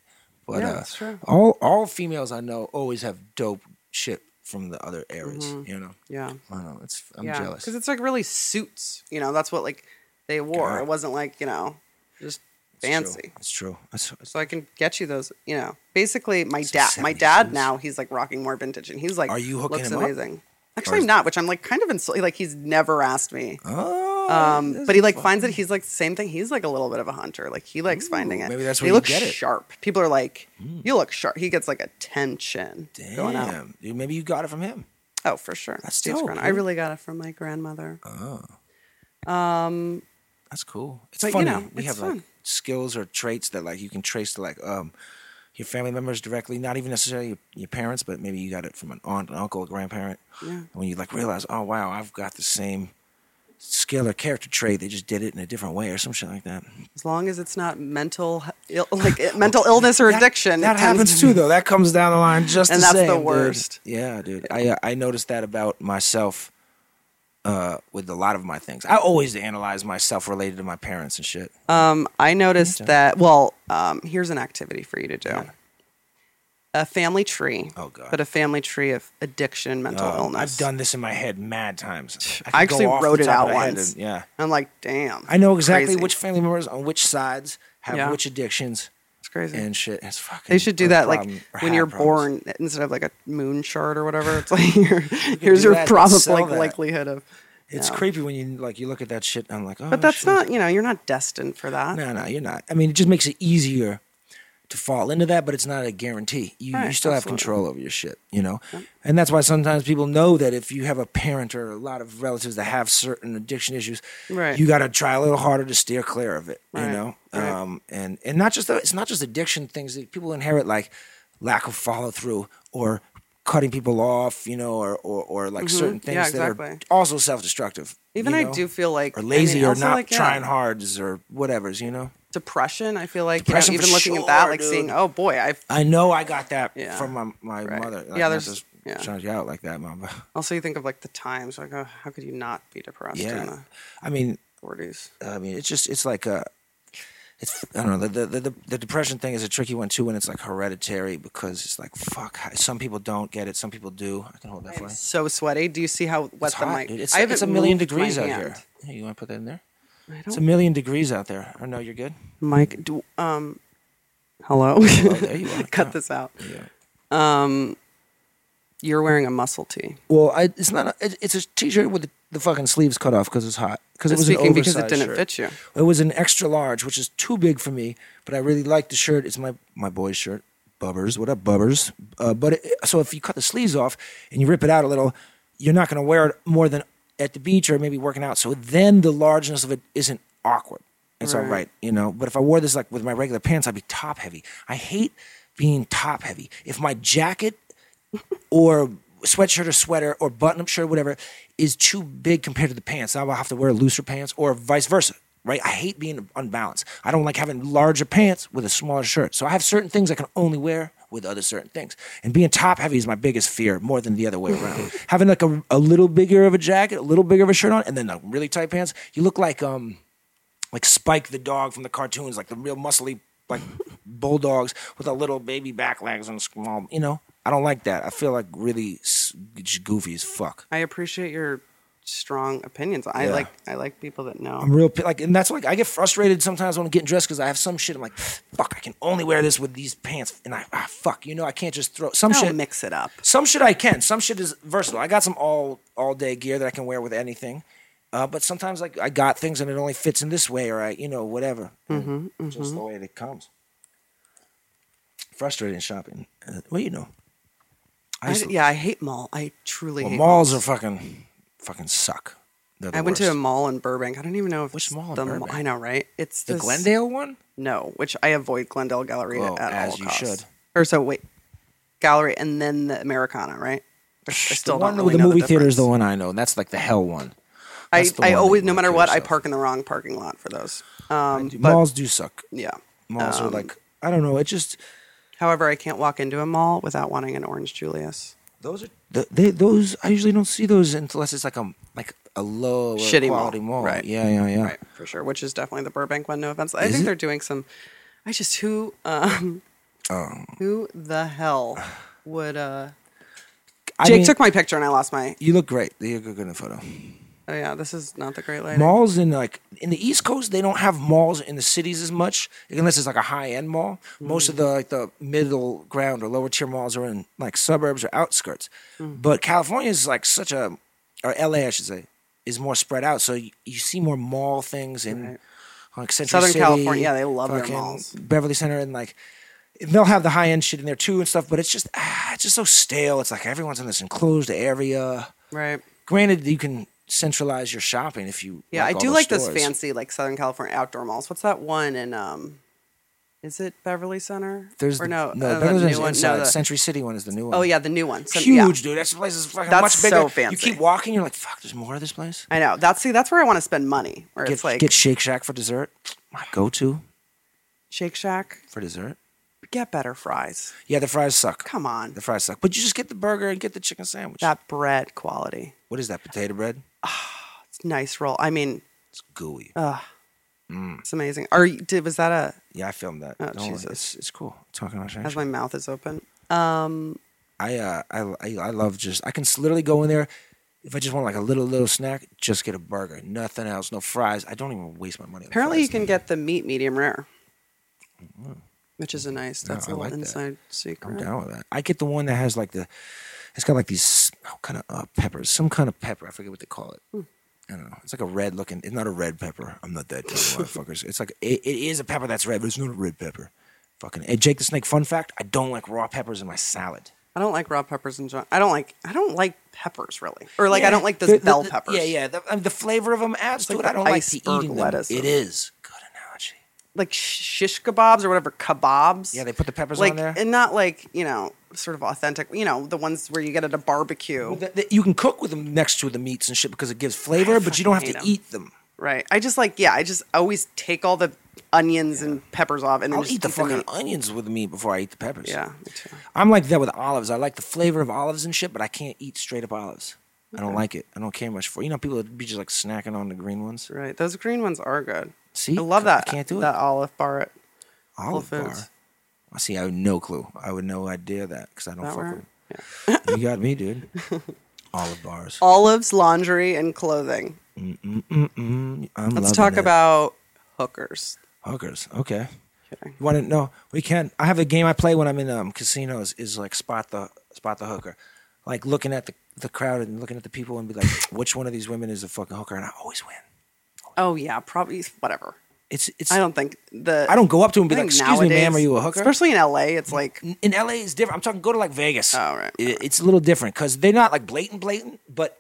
But Yeah, uh, that's true. all all females I know always have dope shit from the other eras. You know, Yeah. I know it's I'm Mm-hmm. yeah. jealous. Because it's like really suits. You know, that's what like they wore. God. It wasn't like you know just It's true. fancy. It's true. It's, it's, so I can get you those. You know, basically, my Some dad, my 70s dad shoes. now he's like rocking more vintage, and he's like, Are you hooking looks him up? amazing? Actually, I'm not, which I'm like kind of insulted. Like he's never asked me, oh, um, this but he is like fun. finds it. He's like same thing. He's like a little bit of a hunter. Like he likes finding it. maybe that's They where you look get it. Hmm. sharp. People are like, you look sharp. He gets like attention going out. Damn, dude, maybe you got it from him. Oh, for sure. That's Steve's dope, Uh. grandma. I dude. really got it from my grandmother. That's cool. It's But, you funny. know, we it's have like fun. skills or traits that like you can trace to like um your family members directly, not even necessarily your, your parents, but maybe you got it from an aunt, an uncle, a grandparent. Yeah. And when you like realize, oh wow, I've got the same skill or character trait, they just did it in a different way or some shit like that. As long as it's not mental, Ill, like it- mental illness or addiction. That, it tends happens to- too, though. That comes down the line just And the that's the same, dude. worst. Yeah, dude. I uh, I noticed that about myself uh, with a lot of my things. I always analyze myself related to my parents and shit. Um, I noticed that. Well, um, here's an activity for you to do: a family tree. Oh, God. But a family tree of addiction, and mental Um, illness. I've done this in my head mad times. Oh, I could actually go off the wrote it top of out the head once. and- yeah, I'm like, damn. I know exactly Crazy. which family members on which sides have Yeah. which addictions. It's crazy. and shit. It's fucking. they should do a that like problem, or when had you're problems. born instead of like a moon chart or whatever. It's like your, here's do your that, probable sell like, that. likelihood of. It's Yeah. creepy when you like you look at that shit. and I'm like, oh, But that's shit. not you know you're not destined for that. No, no, you're not. I mean, it just makes it easier to fall into that, but it's not a guarantee. You, you Right, still have absolutely. control over your shit, you know? And that's why sometimes people know that if you have a parent or a lot of relatives that have certain addiction issues, Right. you got to try a little harder to steer clear of it, you Right, know? right. Um, and, and not just, the, it's not just addiction things that people inherit, like lack of follow through or cutting people off, you know, or, or, or like certain things Mm-hmm. Yeah, that exactly. are also self destructive. Even I do feel like or I mean, lazy or also, not like, yeah. trying hards or whatever's, you know? depression. I feel like Depression you for know, even looking at that, sure, like seeing, dude. oh boy, I've I know I got that Yeah. from my, my Right. mother. Yeah, Like, not there's- just yeah. shouting you out like that, mom. but- also you think of like the times, like oh, how could you not be depressed in Yeah, the I mean, forties? I mean, it's just it's like a, it's I don't know the the, the the depression thing is a tricky one too when it's like hereditary because it's like fuck how- some people don't get it, some people do. I can hold that for you. It's So sweaty. Do you see how wet the hot, mic? dude. It's, I it's a haven't million moved my degrees out here. hand. Yeah, you want to put that in there? I It's don't. a million degrees out there. Oh no, you're good. Mike, do, um, hello. there you are. Cut Yeah. this out. Yeah. Um, you're wearing a muscle tee. Well, I, it's not. A, it, it's a t-shirt with the, the fucking sleeves cut off because it's hot. Because it was an Speaking because it oversized didn't shirt. fit you. It was an extra large, which is too big for me, but I really like the shirt. It's my my boy's shirt, Bubbers. What up, Bubbers? Uh, but it, so if you cut the sleeves off and you rip it out a little, you're not going to wear it more than at the beach or maybe working out. So then the largeness of it isn't awkward. It's all Right. right, you know. But if I wore this like with my regular pants, I'd be top heavy. I hate being top heavy. If my jacket or sweatshirt or sweater or button up shirt, whatever, is too big compared to the pants. Now I'll have to wear looser pants or vice versa, right? I hate being unbalanced. I don't like having larger pants with a smaller shirt. So I have certain things I can only wear with other certain things. And being top heavy is my biggest fear more than the other way around. having like a, a little bigger of a jacket, a little bigger of a shirt on, and then like really tight pants, you look like, um, like Spike the dog from the cartoons, like the real muscly like bulldogs with a little baby back legs and small. You know, I don't like that. I feel like really s- just goofy as fuck. I appreciate your strong opinions. I Yeah. like I like people that know. I'm real pi- like, and that's like I get frustrated sometimes when I'm getting dressed because I have some shit. I'm like, fuck, I can only wear this with these pants, and I ah, fuck, you know, I can't just throw some I'll shit. mix it up. Some shit I can. Some shit is versatile. I got some all all day gear that I can wear with anything. Uh, but sometimes like I got things and it only fits in this way or I you know whatever. Mm-hmm, And Just the way it comes. Frustrating shopping. Uh, well, you know. I I, used to- yeah, I hate mall. I truly well, hate malls are fucking fucking suck. They're the I went to a worst. mall in Burbank. I don't even know if Which it's mall in the Burbank? I know, right? It's the this- Glendale one. No, which I avoid Glendale Gallery Oh, at as all you costs. should. Or so wait, Gallery and then the Americana, right? I, I still the one don't really with the know movie theater is the difference. one I know. and That's like the hell one. I, that's the I one that always, you no wanna matter kill what, yourself. I park in the wrong parking lot for those. Um, but um, malls do suck. yeah. Malls are like I don't know. It just However, I can't walk into a mall without wanting an orange Julius. Those are th- they those I usually don't see those unless it's like a like a low Shitty mall, quality mall. right. Yeah, yeah, yeah. Right, for sure. Which is definitely the Burbank one. No offense. I think it? they're doing some. I just who um, Oh. who the hell would uh? I Jake mean, took my picture and I lost my. you look great. You look good in the photo. Oh yeah, this is not the great lighting. Malls in like in the East Coast, they don't have malls in the cities as much unless it's like a high end mall. Most of the like the middle ground or lower tier malls are in like suburbs or outskirts. Mm. But California is like such a or LA I should say is more spread out, so you, you see more mall things in like Central Southern City, California, yeah, they love their fucking malls. Beverly Center and like they'll have the high end shit in there too and stuff, but it's just ah, it's just so stale. It's like everyone's in this enclosed area. Right. Granted, you can centralize your shopping if you Yeah, I all do those like those stores. fancy like Southern California outdoor malls. What's that one in um is it Beverly Center? There's or the- no, no, uh, Beverly's the new one. inside. No, the, Century City one is the new one. oh yeah, the new one. So- yeah. huge, dude. That's the place is fucking That's much bigger. so fancy. You keep walking, you're like, fuck, there's more of this place. I know. That's see, that's where I want to spend money. Where Get, it's like get Shake Shack for dessert. My go-to Shake Shack, for dessert. get better fries. Yeah, the fries suck. Come on. The fries suck. But you just get the burger and get the chicken sandwich. that bread quality. what is that? Potato bread? It's nice roll. I mean, It's gooey. Mm. it's amazing. Are you, did was that a yeah, I filmed that. oh, Don't worry. Jesus. It's, it's cool. talking about as Shake my mouth is open? Um I, uh, I, I I love just I can s- literally go in there if I just want like a little little snack, just get a burger, nothing else, no fries. I don't even waste my money. on the apparently fries. you can get the meat medium rare. which is a nice. That's Mm. I a little like that. inside I'm secret. down with that. I get the one that has like the, it's got like these oh, kind of uh, peppers, some kind of pepper. I forget what they call it. I don't know. It's like a red looking. It's not a red pepper. I'm not that kind of motherfuckers. It's like it, it is a pepper that's red, but it's not a red pepper. Fucking hey, Jake the Snake. Fun fact: I don't like raw peppers in my salad. I don't like raw peppers and John. I don't like. I don't like peppers really, or like I Yeah. don't like those The- the- bell the- peppers. Yeah, yeah. The, I mean, the flavor of them adds to like it. the I don't like the iceberg eating lettuce. Them. It is good analogy. Like shish kebabs or whatever kebabs. Yeah, they put the peppers like on there. and not like you know sort of authentic. You know the ones where you get at a barbecue. Th- th- you can cook with them next to the meats and shit because it gives flavor, but you don't have to hate 'em. eat them. Right. I just like yeah. I just always take all the onions and peppers off and then I'll just eat the fucking meat. onions with me before I eat the peppers. Yeah. me too. I'm like that with olives. I like the flavor of olives and shit, but I can't eat straight up olives. I don't like it. I don't care much for it. You know, people would be just like snacking on the green ones. Right. Those green ones are good. See? I love I that. can't do it. That olive bar. At, Olive Whole bar. Foods. I see. I have no clue. I would no idea that because I don't that fuck where- with them. You got me, dude. Olive bars. Olives, laundry, and clothing. I'm Let's loving talk it. about hookers. hookers. Okay. Okay. You want to know? We can. I have a game I play when I'm in um, casinos. Is like spot the spot the hooker, like looking at the the crowd and looking at the people and be like, which one of these women is a fucking hooker? And I always win. Oh yeah, probably whatever. It's it's. I don't think the I don't go up to 'em and be I like, think "Excuse me, ma'am, are you a hooker?" Especially in LA, it's like in- in LA it's different. I'm talking go to like Vegas. Oh, right, It- it's a little different because they're not like blatant, blatant, but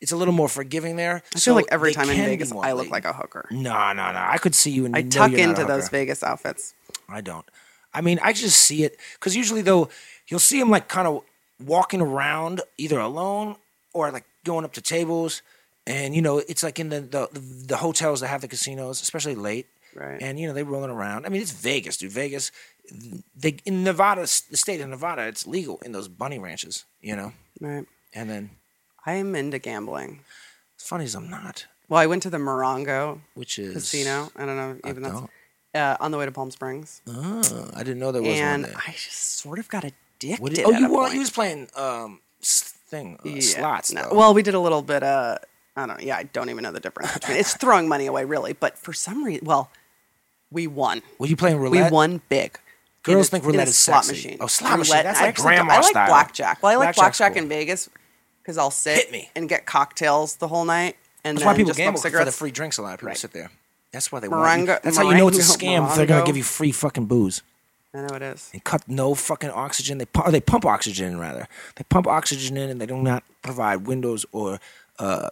it's a little more forgiving there. I feel like every time in Vegas I look like a hooker. No, no, no. I could see you and I know tuck you're not a into those hooker. Vegas outfits. I don't. I mean, I just see it because usually though, you'll see them like kind of walking around either alone or like going up to tables, and you know it's like in the the, the hotels that have the casinos, especially late. Right. And you know they rolling around. I mean, it's Vegas, dude. Vegas, they in Nevada, the state of Nevada, it's legal in those bunny ranches. You know, Right. and then I am into gambling. it's funny as I'm not, Well, I went to the Morongo which is Casino. I don't know if even that's don't. uh, on the way to Palm Springs, Oh, I didn't know there was and one there. I just sort of got addicted. What did- oh, at you a were point. you was playing um s- thing uh, Yeah, slots no. though. Well, we did a little bit. Uh, I don't. Yeah, I don't even know the difference. Between, it's throwing money away, really. But for some reason, well, we won. Were you playing We roulette? won big. Girls In a- think in a roulette is slot sexy. machine. Oh, slot machine. That's I like actually don't- grandma I like style. blackjack. Well, I like Blackjack's blackjack cool. in Vegas because I'll sit Hit me. and get cocktails the whole night, and That's then why people just smoke gamble for the cigarettes. free drinks a lot. People Right. sit there. That's why they want. You. Morongo- That's how you know it's a Morongo- scam. if They're gonna Morongo. give you free fucking booze I know it is. and cut no fucking oxygen. They pu- or they pump oxygen rather. They pump oxygen in and they do not provide windows or uh,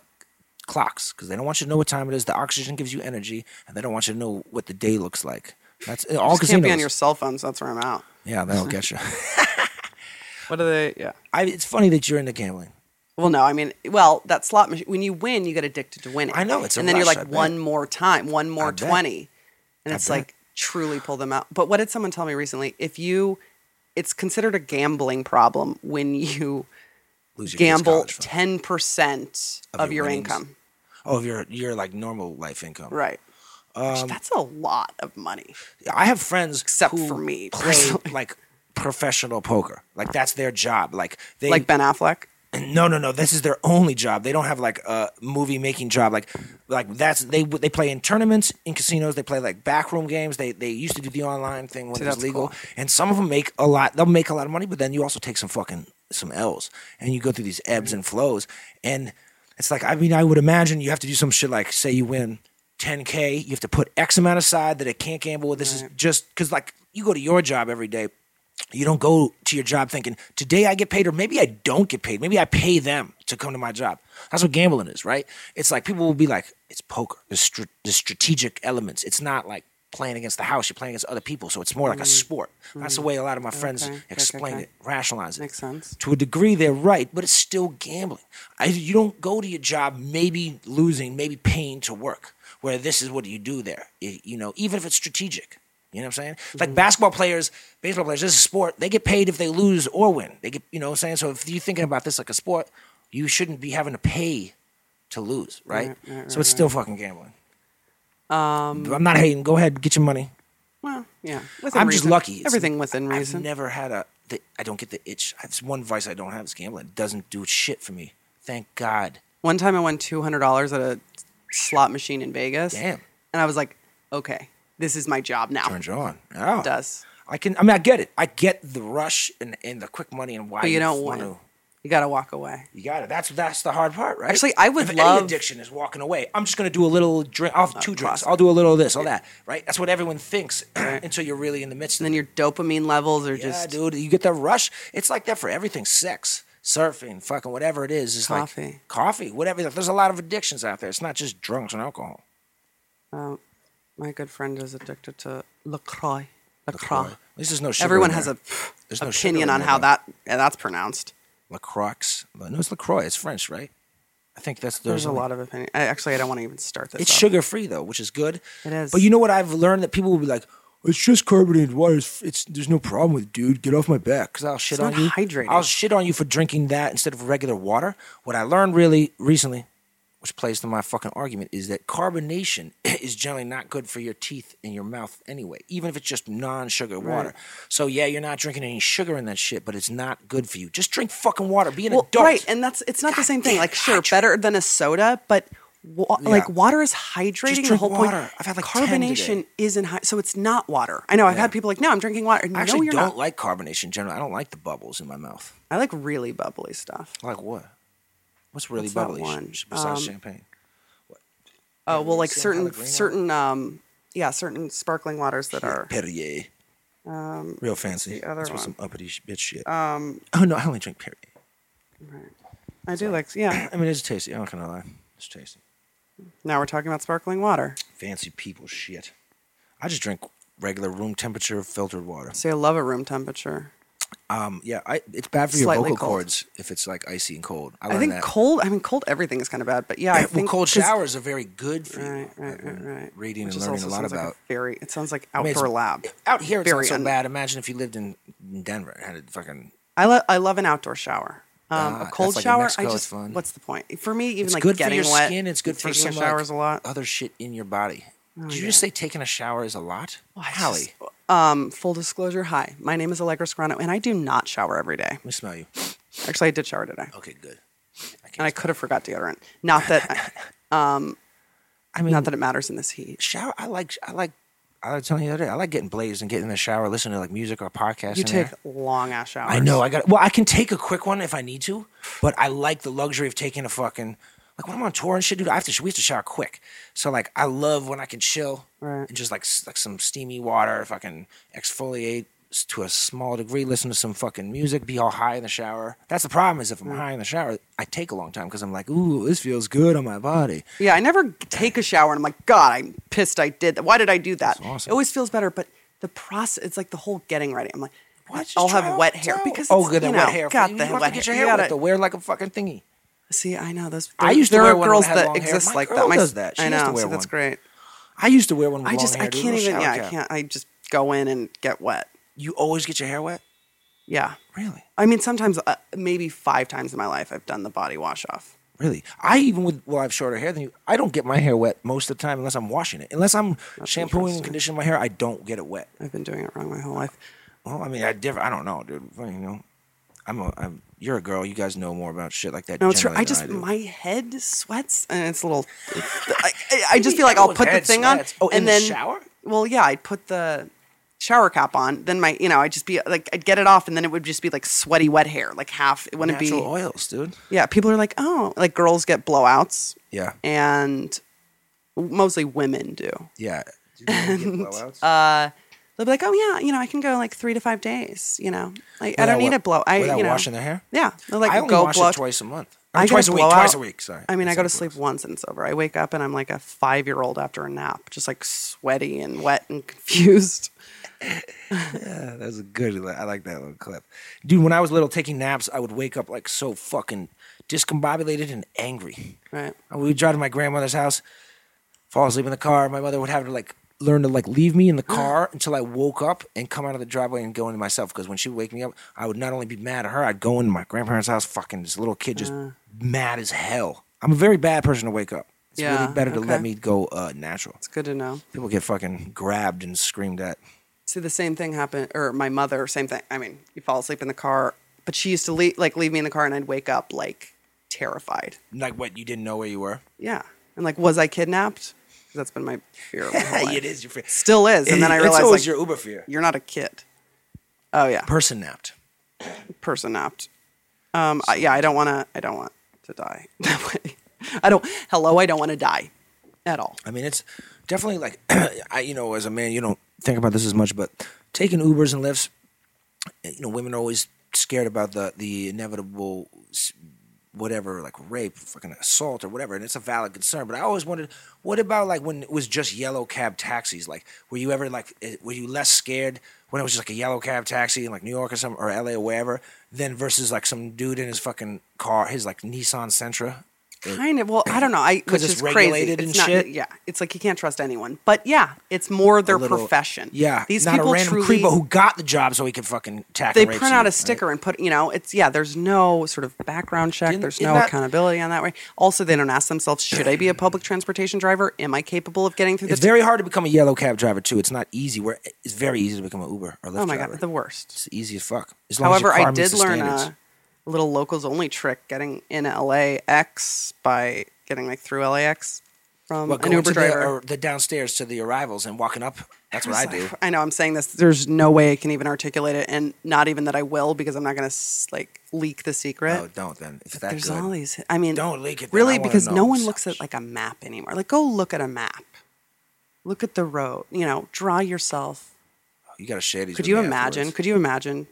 clocks because they don't want you to know what time it is. The oxygen gives you energy, and they don't want you to know what the day looks like. That's all Just can't be on your casinos. cell phone, so that's where I'm out. Yeah, that'll get you. What are they? Yeah. I, it's funny that you're into gambling. Well, no, I mean, well, that slot machine. When you win, you get addicted to winning. I know, it's a and then you're rush, like I bet. one more time, one more bet. twenty, and it's bet. like truly pull them out. But what did someone tell me recently? If you, it's considered a gambling problem when you Lose your kids' gamble college fund. ten percent Of of, your your winnings. income. Oh, of your your like normal life income. Right. Which, that's a lot of money. I have friends Except Um, who for me, play personally. like professional poker. Like that's their job. Like they Like Ben Affleck. no no no. This is their only job. They don't have like a movie making job. Like like that's they they play in tournaments in casinos. They play like backroom games. They they used to do the online thing when See, it was that's legal. cool. And some of them make a lot. They'll make a lot of money, but then you also take some fucking some L's, and you go through these ebbs and flows. And it's like I mean, I would imagine you have to do some shit like say you win 10k, you have to put X amount aside that it can't gamble with. This is just because like you go to your job every day. You don't go to your job thinking today I get paid, or maybe I don't get paid. Maybe I pay them to come to my job. That's what gambling is, right? It's like people will be like, it's poker. There's, str- there's strategic elements. It's not like playing against the house. You're playing against other people, so it's more like a sport. That's the way a lot of my friends Mm. Okay, okay, explain okay. it, rationalize it. Makes sense. To a degree, they're right, but it's still gambling. I, you don't go to your job maybe losing, maybe paying to work. Where this is what you do there, Y- you know, even if it's strategic. You know what I'm saying? Mm-hmm. Like basketball players, baseball players, this is a sport. They get paid if they lose or win. They get, you know what I'm saying? So if you're thinking about this like a sport, you shouldn't be having to pay to lose, right? Right, right, so it's still fucking gambling. Um, I'm not hating. Go ahead, get your money. Well, yeah. Within I'm just reason. lucky. It's- Everything within reason. I've never had a. The, I don't get the itch. That's one vice I don't have is gambling. It doesn't do shit for me. Thank God. One time I won two hundred dollars at a slot machine in Vegas. Damn. And I was like, okay, this is my job now. turns you on. Oh. does. I can I mean I get it. I get the rush and, and the quick money and why But you don't want to win. You got to walk away. you got it. That's that's the hard part, right? Actually, I would if love- Uh, any addiction is walking away. I'm just going to do a little drink. I'll have two drinks. classic. I'll do a little of this, all that, right? That's what everyone thinks until you're really in the midst. And of then it. your dopamine levels are yeah, just dude, you get that rush. It's like that for everything: sex, surfing, fucking whatever it is. It's Coffee. like coffee, whatever. There's a lot of addictions out there. It's not just drugs and alcohol. Um, my good friend is addicted to Lacroix. Lacroix. At least there's no sugar. Everyone in has there. a pff, There's no sugar in opinion on there, how though. that yeah, that's pronounced. Lacroix. No, it's Lacroix. It's French, right? I think that's There's a only- lot of opinion. I, actually, I don't want to even start this. It's off. sugar free though, which is good. It is. But you know what I've learned that people will be like, "It's just carbonated water. It's, it's there's no problem with it, dude. Get off my back." Because I'll shit not on you. hydrating. I'll shit on you for drinking that instead of regular water. What I learned really recently, which plays to my fucking argument, is that carbonation is generally not good for your teeth and your mouth anyway, even if it's just non-sugar water. So yeah, you're not drinking any sugar in that shit, but it's not good for you. Just drink fucking water. Be an well, adult. right, and that's it's not the same thing. Like, sure, better than a soda, but wa- like water is hydrating. the drink whole water. point. I've had, like, 10 carbonation today. isn't high, so it's not water. I know. I've had people like, no, I'm drinking water. No, I actually you're don't not. like carbonation generally. I don't like the bubbles in my mouth. I like really bubbly stuff. Like what? What's really What's that bubbly sh- one? sh- besides Um, champagne? Oh well, like San certain Pellegrino? certain um yeah certain sparkling waters that are Um, Perrier. Real fancy. the other That's what one. some uppity sh- bitch shit. Um, oh no, I only drink Perrier. I do like yeah. I mean, it's tasty. I'm not gonna lie, it's tasty. Now we're talking about sparkling water. Fancy people shit. I just drink regular room temperature filtered water. So you love at room temperature. Um, yeah, I, it's bad for your Slightly vocal cold. cords if it's like icy and cold. I, I learned think that. cold. I mean, cold. Everything is kind of bad, but yeah, I well, think cold 'cause- showers are very good for you. Right, right, I've been right, right. Reading Which and is learning also a lot sounds like about very. It sounds like I mean, it's- outdoor lab. Out here, it's not Very so un- bad. Imagine if you lived in Denver and had a fucking I love. I love an outdoor shower. Um, Ah, a cold that's like in shower. Mexico, I it's just. fun. What's the point for me? Even It's like good for getting your wet. skin. It's good for taking some like, oh, showers a lot. Other shit in your body. Did you yeah. just say taking a shower is a lot? Wow, It's Hallie, Oh, just- Um, full disclosure. Hi, my name is Allegra Scarano, and I do not shower every day. let me smell you. Actually, I did shower today. Okay, good. I and I can't. could have forgot deodorant. Not that, um, I, mean, not that it matters in this heat. shower. I like. I like. I was telling you the other day. I like getting blazed and getting in the shower, listening to like music or podcasts. You in there. take long ass showers. I know. I got. Well, I can take a quick one if I need to, but I like the luxury of taking a fucking. Like when I'm on tour and shit, dude, I have to. We have to shower quick. So like, I love when I can chill Right. and just like s- like some steamy water, fucking exfoliate s- to a small degree, listen to some fucking music, be all high in the shower. That's the problem is if I'm high in the shower, I take a long time because I'm like, ooh, this feels good on my body. Yeah, I never take a shower and I'm like, God, I'm pissed. I did that. Why did I do that? awesome. It always feels better, but the process. It's like the whole getting ready. I'm like, Why don't you I'll just have try wet out hair towel? because oh, it's, good, that you wet know, hair. God, you the have wet to get hair. your You hair wet. gotta- though. Wear like a fucking thingy. See, I know those. I used to there wear are one when I girls had that long hair. exist My like girl that. does that. She I used to know, wear so that's one. great. I used to wear one. With I long just, hair, I dude, can't little shower even. Yeah, I cap. can't. I just go in and get wet. You always get your hair wet. Yeah, Really? I mean, sometimes, uh, maybe five times in my life, I've done the body wash off. Really? I even with well, I have shorter hair than you. I don't get my hair wet most of the time unless I'm washing it. Unless I'm shampooing and interesting. conditioning my hair, I don't get it wet. I've been doing it wrong my whole life. Well, I mean, I differ. I don't know, dude. Well, You know, I'm a. I'm, you're a girl. You guys know more about shit like that. No, it's true. generally I than just do. my head sweats, and it's a little. it's- I, I- I just feel like I'll Everyone's put the head thing sweats. Oh, on. in and the then, shower? Well, yeah, I'd put the shower cap on. Then my, you know, I'd just be like, I'd get it off, and then it would just be like sweaty wet hair, like half. It wouldn't natural be. oils, dude. Yeah, people are like, oh, like girls get blowouts, Yeah, and mostly women do. yeah. Dude, you don't get blowouts? They'll be like, oh yeah, you know, I can go like three to five days. You know, like I Without don't need wa- a blow. I without you know, washing their hair? Yeah, they're like I only go wash blow it twice a month. I Or get twice a week. blowout. Twice a week. Sorry. I mean, I That's go to not sleep gross. once and it's over. I wake up and I'm like a five year old after a nap, just like sweaty and wet and confused. Yeah, That's a good. li- I like that little clip, dude. When I was little, taking naps, I would wake up like so fucking discombobulated and angry. Right. And we would drive to my grandmother's house, fall asleep in the car. My mother would have to like learn to like leave me in the car until I woke up and come out of the driveway and go into myself. Because when she would wake me up, I would not only be mad at her, I'd go into my grandparents' house, fucking this little kid just Uh. mad as hell. I'm a very bad person to wake up. It's Yeah, really better to let okay. me go uh, natural. It's good to know. People get fucking grabbed and screamed at. See, the same thing happened, or my mother, same thing. I mean, you fall asleep in the car, but she used to leave, like leave me in the car and I'd wake up like terrified. Like what? You didn't know where you were. Yeah. And like, was I kidnapped? because that's been my fear. Of my whole life. it is your fear. Still is, and then I it's realized always like, your Uber fear. you're not a kid. Oh yeah, Person napped. person apt. Um, I, yeah, I don't want to. I don't want to die that way. I don't. Hello, I don't want to die at all. I mean, it's definitely like, I, you know, as a man, you don't think about this as much, but taking Ubers and Lyfts, eh, you know, women are always scared about the the inevitable, s- whatever, like rape, fucking assault, or whatever, and it's a valid concern. But I always wondered, what about like when it was just yellow cab taxis? Like, were you ever like, eh, were you less scared when it was just like a yellow cab taxi in like New York or some or L.A. or wherever, than versus like some dude in his fucking car, his like Nissan Sentra? Kind of. Well, I don't know. I which Uh, it's is crazy. regulated It's and not- shit? Yeah, it's like you can't trust anyone. But yeah, it's more their little- profession. Yeah, these not people a random truly. creepo who got the job so he could fucking tackle. they print out a sticker and put, you know, it's yeah. There's no sort of background check. Didn't- there's isn't no that- accountability on that way. Also, they don't ask themselves, should I be a public transportation driver? Am I capable of getting through the? It's very hard to become a yellow cab driver too. It's not easy. Where it's very easy to become an Uber or Lyft oh my driver. god, the worst. it's easy as fuck. As long However, as your car I meets did the learn standards. a little locals only trick getting in LAX by getting like through LAX from What, going an Uber to The, driver. or the downstairs to the arrivals and walking up. That's what I do. I know I'm saying this. There's no way I can even articulate it, and not even that I will because I'm not going to like leak the secret. Oh, don't then. If that's there's good. all these. I mean, Don't leak it, then. I Really, wanna because know no one so looks much. at like a map anymore. Like, go look at a map. Look at the road. You know, draw yourself. you got to share these. Could with you me imagine? afterwards. Could you imagine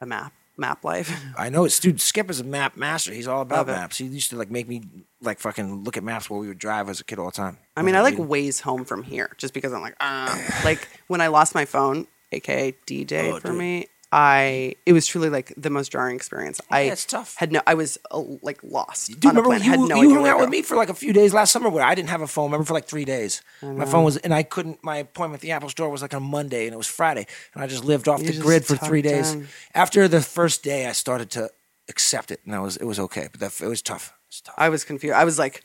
a map? Map life. I know it's dude. Skip is a map master. He's all about Love it. maps. He used to like make me like fucking look at maps while we would drive as a kid all the time. I mean, I Wasn't like reading. ways home from here just because I'm like, ah. like when I lost my phone, aka D Day Oh, for dude. me, I it was truly like the most jarring experience. I it's tough. Had no, I was uh, like lost. Do you on a remember planet, had you, no you idea hung where out to with go. me for like a few days last summer where I didn't have a phone. Remember for like three days, my phone was and I couldn't. My appointment at the Apple Store was like on Monday and it was Friday, and I just lived off the just grid for three tucked days. in. After the first day, I started to accept it, and I was it was okay, but that, it was tough. It was tough. I was confused. I was like,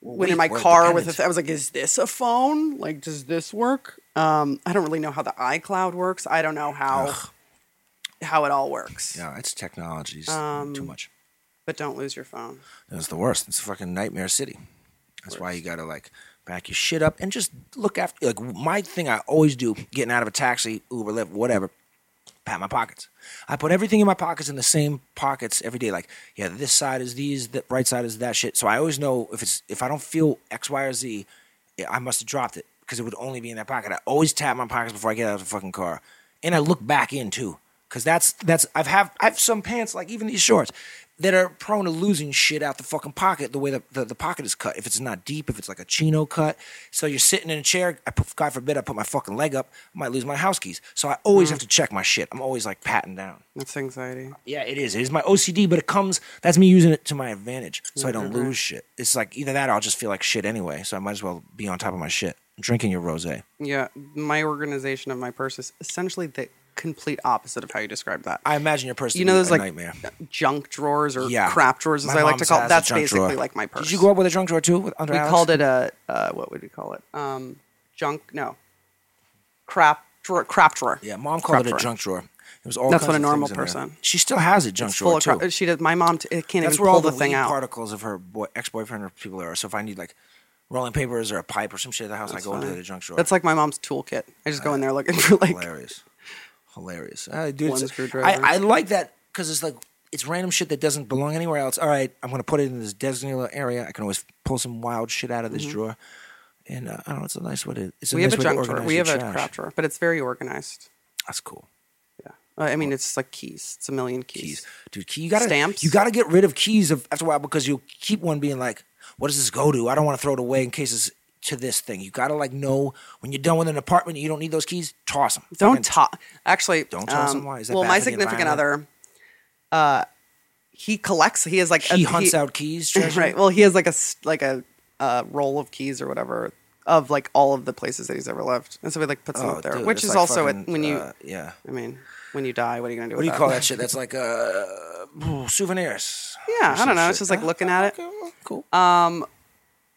went in we my were car with. A dependent. th- I was like, is this a phone? Like, does this work? Um, I don't really know how the iCloud works. I don't know how how it all works. No, it's technology. It's Um, too much. But don't lose your phone. That's the worst. It's a fucking nightmare city. That's why you gotta like back your shit up and just look after. Like my thing, I always do getting out of a taxi, Uber, Lyft, whatever. Pat my pockets. I put everything in my pockets in the same pockets every day. Like, yeah, this side is these, the right side is that shit. So I always know if it's if I don't feel X, Y, or Z, yeah, I must have dropped it because it would only be in that pocket. I always tap my pockets before I get out of the fucking car, and I look back in too, because that's that's I've have I've some pants like even these shorts that are prone to losing shit out the fucking pocket the way the, the, the pocket is cut if it's not deep if it's like a chino cut so you're sitting in a chair I put, god forbid i put my fucking leg up i might lose my house keys so i always have to check my shit i'm always like patting down That's anxiety. yeah, it is. It is my OCD, but it comes. That's me using it to my advantage, so I don't Mm-hmm. lose shit. It's like either that, or I'll just feel like shit anyway. So I might as well be on top of my shit. Drinking your rosé. Yeah, my organization of my purse is essentially the complete opposite of how you described that. I imagine your person. you know, to be those a like nightmare. junk drawers or Yeah, crap drawers, as My I like mom's to call. has it. a That's junk basically drawer. like my purse. Did you grow up with a junk drawer too? With under we Alex? called it a uh, what would we call it? Um, junk? No, crap drawer. Crap drawer. Yeah, mom called Crap it a drawer. junk drawer. It was all. That's kinds what a of normal things in there. person- She still has a junk It's drawer full of too. crap. She does. My mom t- it can't That's even where pull all the, the, thing weed out. particles of her boy, ex-boyfriend or people are. So if I need like rolling papers or a pipe or some shit at the house, I go into the junk drawer. That's like my mom's toolkit. I just go in there looking for like. hilarious, hilarious. I do. One screwdriver. I, I like that because it's like it's random shit that doesn't belong anywhere else. All right, I'm gonna put it in this designated area. I can always pull some wild shit out of this drawer, and uh, I don't know. It's a nice way to. It's a Mm-hmm. We nice have a way junk to drawer. organize We your have a trash. crap drawer, but it's very organized. That's cool. Yeah, Uh, I mean it's like keys. It's a million keys. Keys, dude. Key, you gotta Stamps? You gotta get rid of keys of, after a while because you'll keep one being like, "What does this go to? I don't want to throw it away in case it's to this thing." You gotta like know when you're done with an apartment, and you don't need those keys. Toss them. Don't talk. Actually, um, Don't tell someone why. Is that well, bad my for the significant other, uh, environment? he collects. He has like He hunts he- out keys. treasure. right. Well, he has like a s- like a uh, roll of keys or whatever of like all of the places that he's ever lived, and so he like puts them Oh, up there, dude, which it's is like also it fucking, when you. uh, yeah. I mean, when you die, what are you gonna do? What do you call that shit? That's like uh, souvenirs. Yeah, I some don't know. It's shit. Ah, just like looking at it. Uh, Okay, well, cool.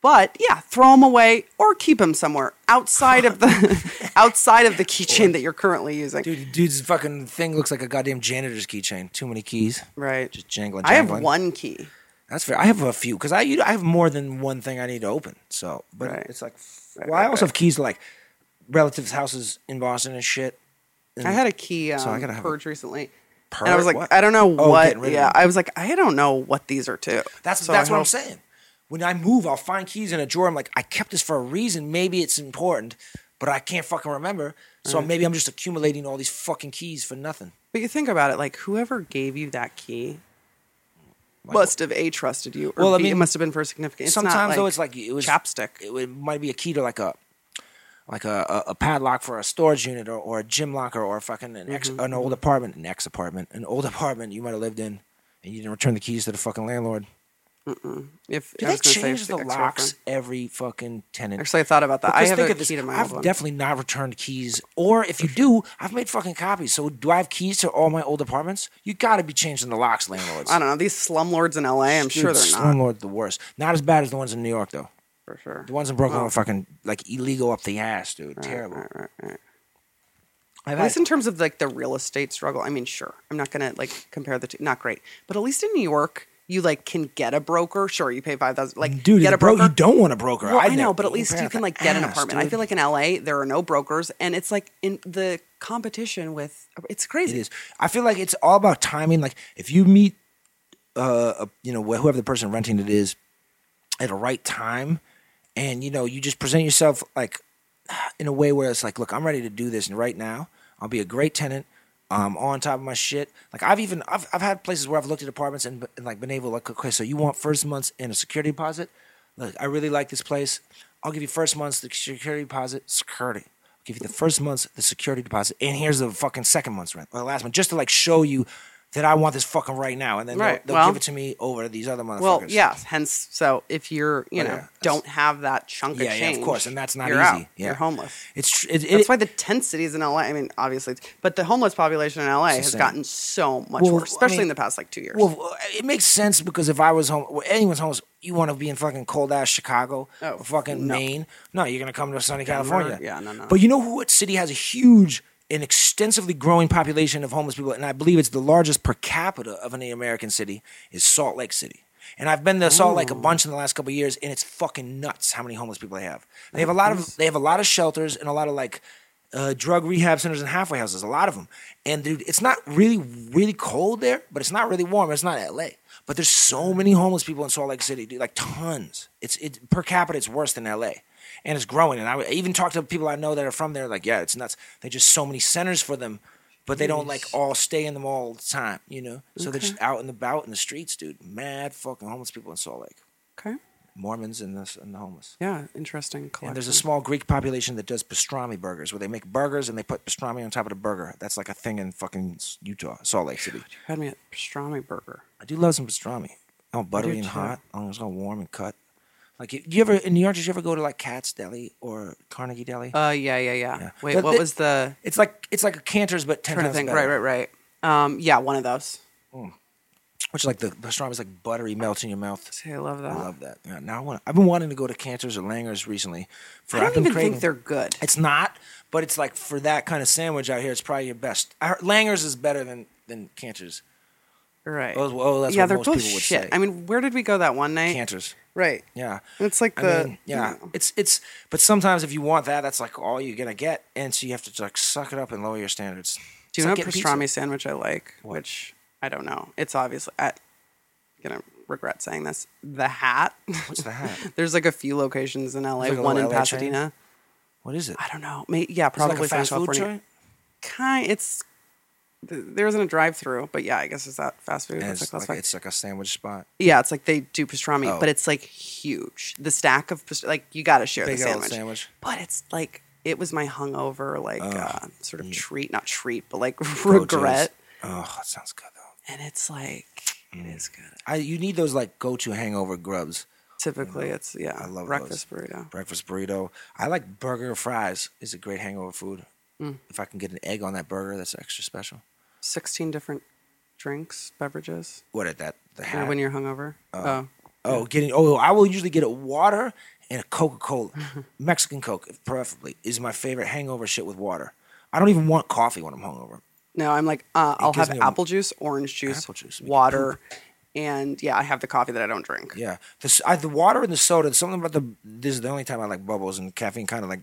But yeah, throw them away or keep them somewhere outside of the outside of the keychain that you're currently using. Dude, dude's fucking thing looks like a goddamn janitor's keychain. Too many keys. right. Just jangling. I have jangling. one key. That's fair. I have a few because I you know, I have more than one thing I need to open. So, but Right. it's like right, well, I right, also right. have keys to like relatives' houses in Boston and shit. I had a key um, So I gotta have a purge recently. Purge? And I was like, What? I don't know Oh, what. getting rid of yeah, them. I was like, I don't know what these are to. That's So that's I what I'm hope- saying. When I move, I'll find keys in a drawer. I'm like, I kept this for a reason. Maybe it's important, but I can't fucking remember. So maybe I'm just accumulating all these fucking keys for nothing. But you think about it, like whoever gave you that key must have a trusted you, or Well, I B, it mean, must have been for significant. It's not Sometimes though, like it's like it was chapstick. It, would- might be a key to like a like a, a, a padlock for a storage unit or, or a gym locker or fucking an ex Mm-hmm. an old apartment, an ex apartment, an old apartment you might have lived in, and you didn't return the keys to the fucking landlord. if Do I they was gonna say change if the ex-girlfriend- locks every fucking tenant? Actually, I thought about that. I Because have think a of this, key to my I've old one. definitely not returned keys. Or if you do, I've made fucking copies. So do I have keys to all my old apartments? You got to be changing the locks, landlords. I don't know these slumlords in L.A. I'm sure Dude, they're not Slumlord the worst. Not as bad as the ones in New York though. for sure. The ones in Brooklyn Oh. are fucking like illegal up the ass, dude. Terrible. Right, right, right. I've At least had, in terms of like the real estate struggle. I mean, sure, I'm not gonna like compare the two. Not great, but at least in New York, you like can get a broker. Sure, you pay five thousand. Like, dude, get the a bro, broker. you don't want a broker. Well, I know, never- but at least pay you out can the like get an ass, apartment. I dude. feel like in LA there are no brokers, and it's like in the competition with it's It crazy. is. I feel like it's all about timing. Like if you meet, uh, a, you know, wh- whoever the person renting it is, at a right time, and you know, you just present yourself like in a way where it's like, look, I'm ready to do this, and right now, I'll be a great tenant. I'm on top of my shit. Like I've even I've, I've had places where I've looked at apartments and, b- and like been able like okay, so you want first months and a security deposit. Look, I really like this place. I'll give you first months the security deposit. Security. I'll give you the first months the security deposit, and here's the fucking second month's rent or the last one, just to like show you that I want this fucking right now, and then Right, they'll, they'll well- give it to me over these other motherfuckers. Well, yeah. Hence, so if you're you know Oh, yeah, that's- don't have that chunk Yeah, of yeah, change, of course, and that's not you're easy. out. Yeah. You're homeless. It's tr- it, it, That's why the tent cities in LA. I mean, obviously, it's- but the homeless population in LA has insane. gotten so much Well, worse, I especially mean- in the past like two years. Well, it makes sense because if I was home, well, anyone's homeless, you want to be in fucking cold ass Chicago, Oh, or fucking no. Maine. No, you're gonna come to sunny Denver, California. yeah, no, no. But you know who? What city has a huge and extensively growing population of homeless people, and I believe it's the largest per capita of any American city is Salt Lake City. And I've been to Salt Lake a bunch in the last couple of years, and it's fucking nuts how many homeless people they have. They have a lot of they have a lot of shelters and a lot of like uh, drug rehab centers and halfway houses, a lot of them. And dude, it's not really, really cold there, but it's not really warm. It's not LA. But there's so many homeless people in Salt Lake City, dude, like tons. It's it, per capita, it's worse than LA. And it's growing. And I would- I even talk to people I know that are from there, like, yeah, it's nuts. They just so many centers for them, but they don't like all stay in them all the time, you know? So they're just out and about in the streets, dude. Mad fucking homeless people in Salt Lake. okay. Mormons and the, and the homeless. Yeah, interesting. Collection. And there's a small Greek population that does pastrami burgers, where they make burgers and they put pastrami on top of the burger. That's like a thing in fucking Utah, Salt Lake City. You had me at pastrami burger. I do love some pastrami. I want buttery and too. hot. I want it's all warm and cut. Like, you, you ever in New York? Did you ever go to like Cat's Deli or Carnegie Deli? Uh, yeah, yeah, yeah. Wait, But what it- was the it's like it's like a Cantor's, but ten trying to times think? better. Right, right, right. Um, yeah, one of those. Which like the pastrami is like buttery, melts in your mouth. See, I love that. I love that. Yeah, now I want. I've been wanting to go to Cantor's or Langer's recently. For I don't I've been even craving- think they're good. It's not, but it's like for that kind of sandwich out here, it's probably your best. I heard Langer's is better than than Cantor's. Right. Oh, well, that's yeah, what they're most both people would shit. say. I mean, where did we go that one night? Cantor's, Right. yeah. Eh. It's like I the- mean, yeah. you know. It's it's. But sometimes if you want that, that's like all you're gonna get, and so you have to like suck it up and lower your standards. Do It's you know like what getting pastrami pizza. sandwich I like? Which I don't know. It's obviously I, I'm gonna regret saying this. The hat. What's the hat? There's like a few locations in LA. It's like a one in little LA chain? Pasadena. What is it? I don't know. May, yeah, It's like a probably fast Central food California. joint. Kind. It's th- there isn't a drive-through, but yeah, I guess it's that fast food. And What's that it's, classified? like, it's like a sandwich spot. yeah, it's like they do pastrami, Oh. but it's like huge. The stack of past- like you got to share Big the old sandwich. sandwich. But it's like it was my hungover like uh, sort Mm. of treat, not treat, but like Go-to's. regret. Oh, that sounds good though. And it's like Mm. it is good. I you need those like go to hangover grubs. Typically, it's yeah. I love breakfast those. burrito. Breakfast burrito. I like burger fries. Is a great hangover food. Mm. If I can get an egg on that burger, that's extra special. Sixteen different drinks, beverages. What at that? The You know, hat. when you're hungover. Oh, oh, getting. Oh, I will usually get a water and a Coca Cola, Mexican Coke, preferably. Is my favorite hangover shit with water. I don't even want coffee when I'm hungover. no, I'm like uh, I'll gives have me a- apple juice, orange juice, Apple juice, make water, And yeah, I have the coffee that I don't drink. Yeah, the s- I, the water and the soda. Something about the this is the only time I like bubbles and caffeine. Kind of like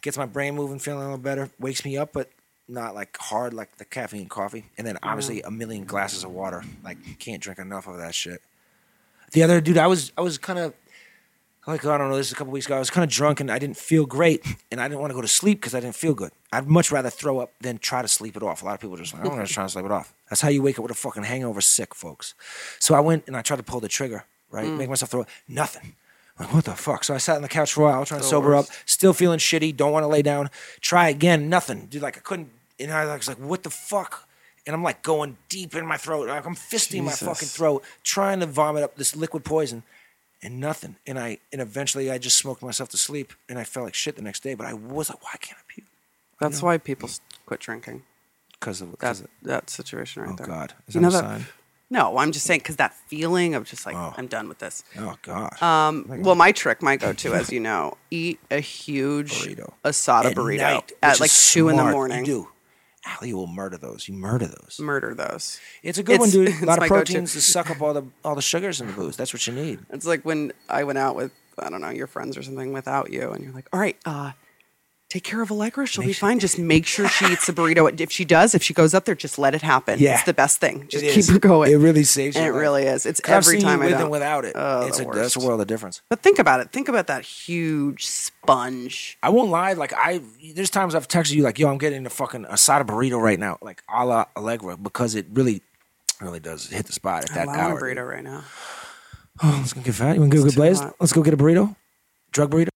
gets my brain moving, feeling a little better, wakes me up, but not like hard like the caffeine coffee. And then obviously a million glasses of water. Like can't drink enough of that shit. The other dude, I was I was kind of like "Oh, I don't know. This is a couple weeks ago. I was kind of drunk and I didn't feel great, and I didn't want to go to sleep because I didn't feel good. I'd much rather throw up than try to sleep it off. A lot of people are just like I don't want to try to sleep it off. That's how you wake up with a fucking hangover, sick folks. So I went and I tried to pull the trigger, right, make myself throw up. Nothing. I'm Like what the fuck? So I sat on the couch for a while, trying to sober up. Still feeling shitty. Don't want to lay down. Try again. Nothing, dude. Like I couldn't. And I was like, what the fuck? And I'm like going deep in my throat. Like I'm fisting my fucking throat, trying to vomit up this liquid poison and nothing. And I and eventually I just smoked myself to sleep and I felt like shit the next day. But I was like, why can't I puke? That's why people s- quit drinking. Because of That 'cause of- that situation right Oh there. God, is You that know a that- sign? No, I'm just saying because that feeling of just like Oh. I'm done with this. Oh God. Um, well, my trick, my go-to, as you know, eat a huge Burrito. asada burrito night, which at like is two in the smart. morning. You do. Ali will murder those. You murder those. Murder those. It's a good one, It's- dude. it's A lot my of go-to. proteins to suck up all the all the sugars in the booze. That's what you need. It's like when I went out with I don't know your friends or something without you, and you're like, all right, uh, take care of Allegra, she'll be fine. Just make sure she eats a burrito. If she does, if she goes up there, just let it happen. Yeah. it's the best thing. Just It keep is. her going. It really saves And your it life. really is. It's 'Cause I've every seen time you I with don't. and without it. Oh, it's the a that's a worst. world of difference. But think about it. Think about that huge sponge. I won't lie. Like I, there's times I've texted you like, "Yo, I'm getting a fucking asada burrito right now," like a la Allegra, because it really, really does hit the spot at that I hour. want a burrito right now. Oh, let's go get fat. You want to go get too blazed? hot. Let's go get a burrito, drug burrito.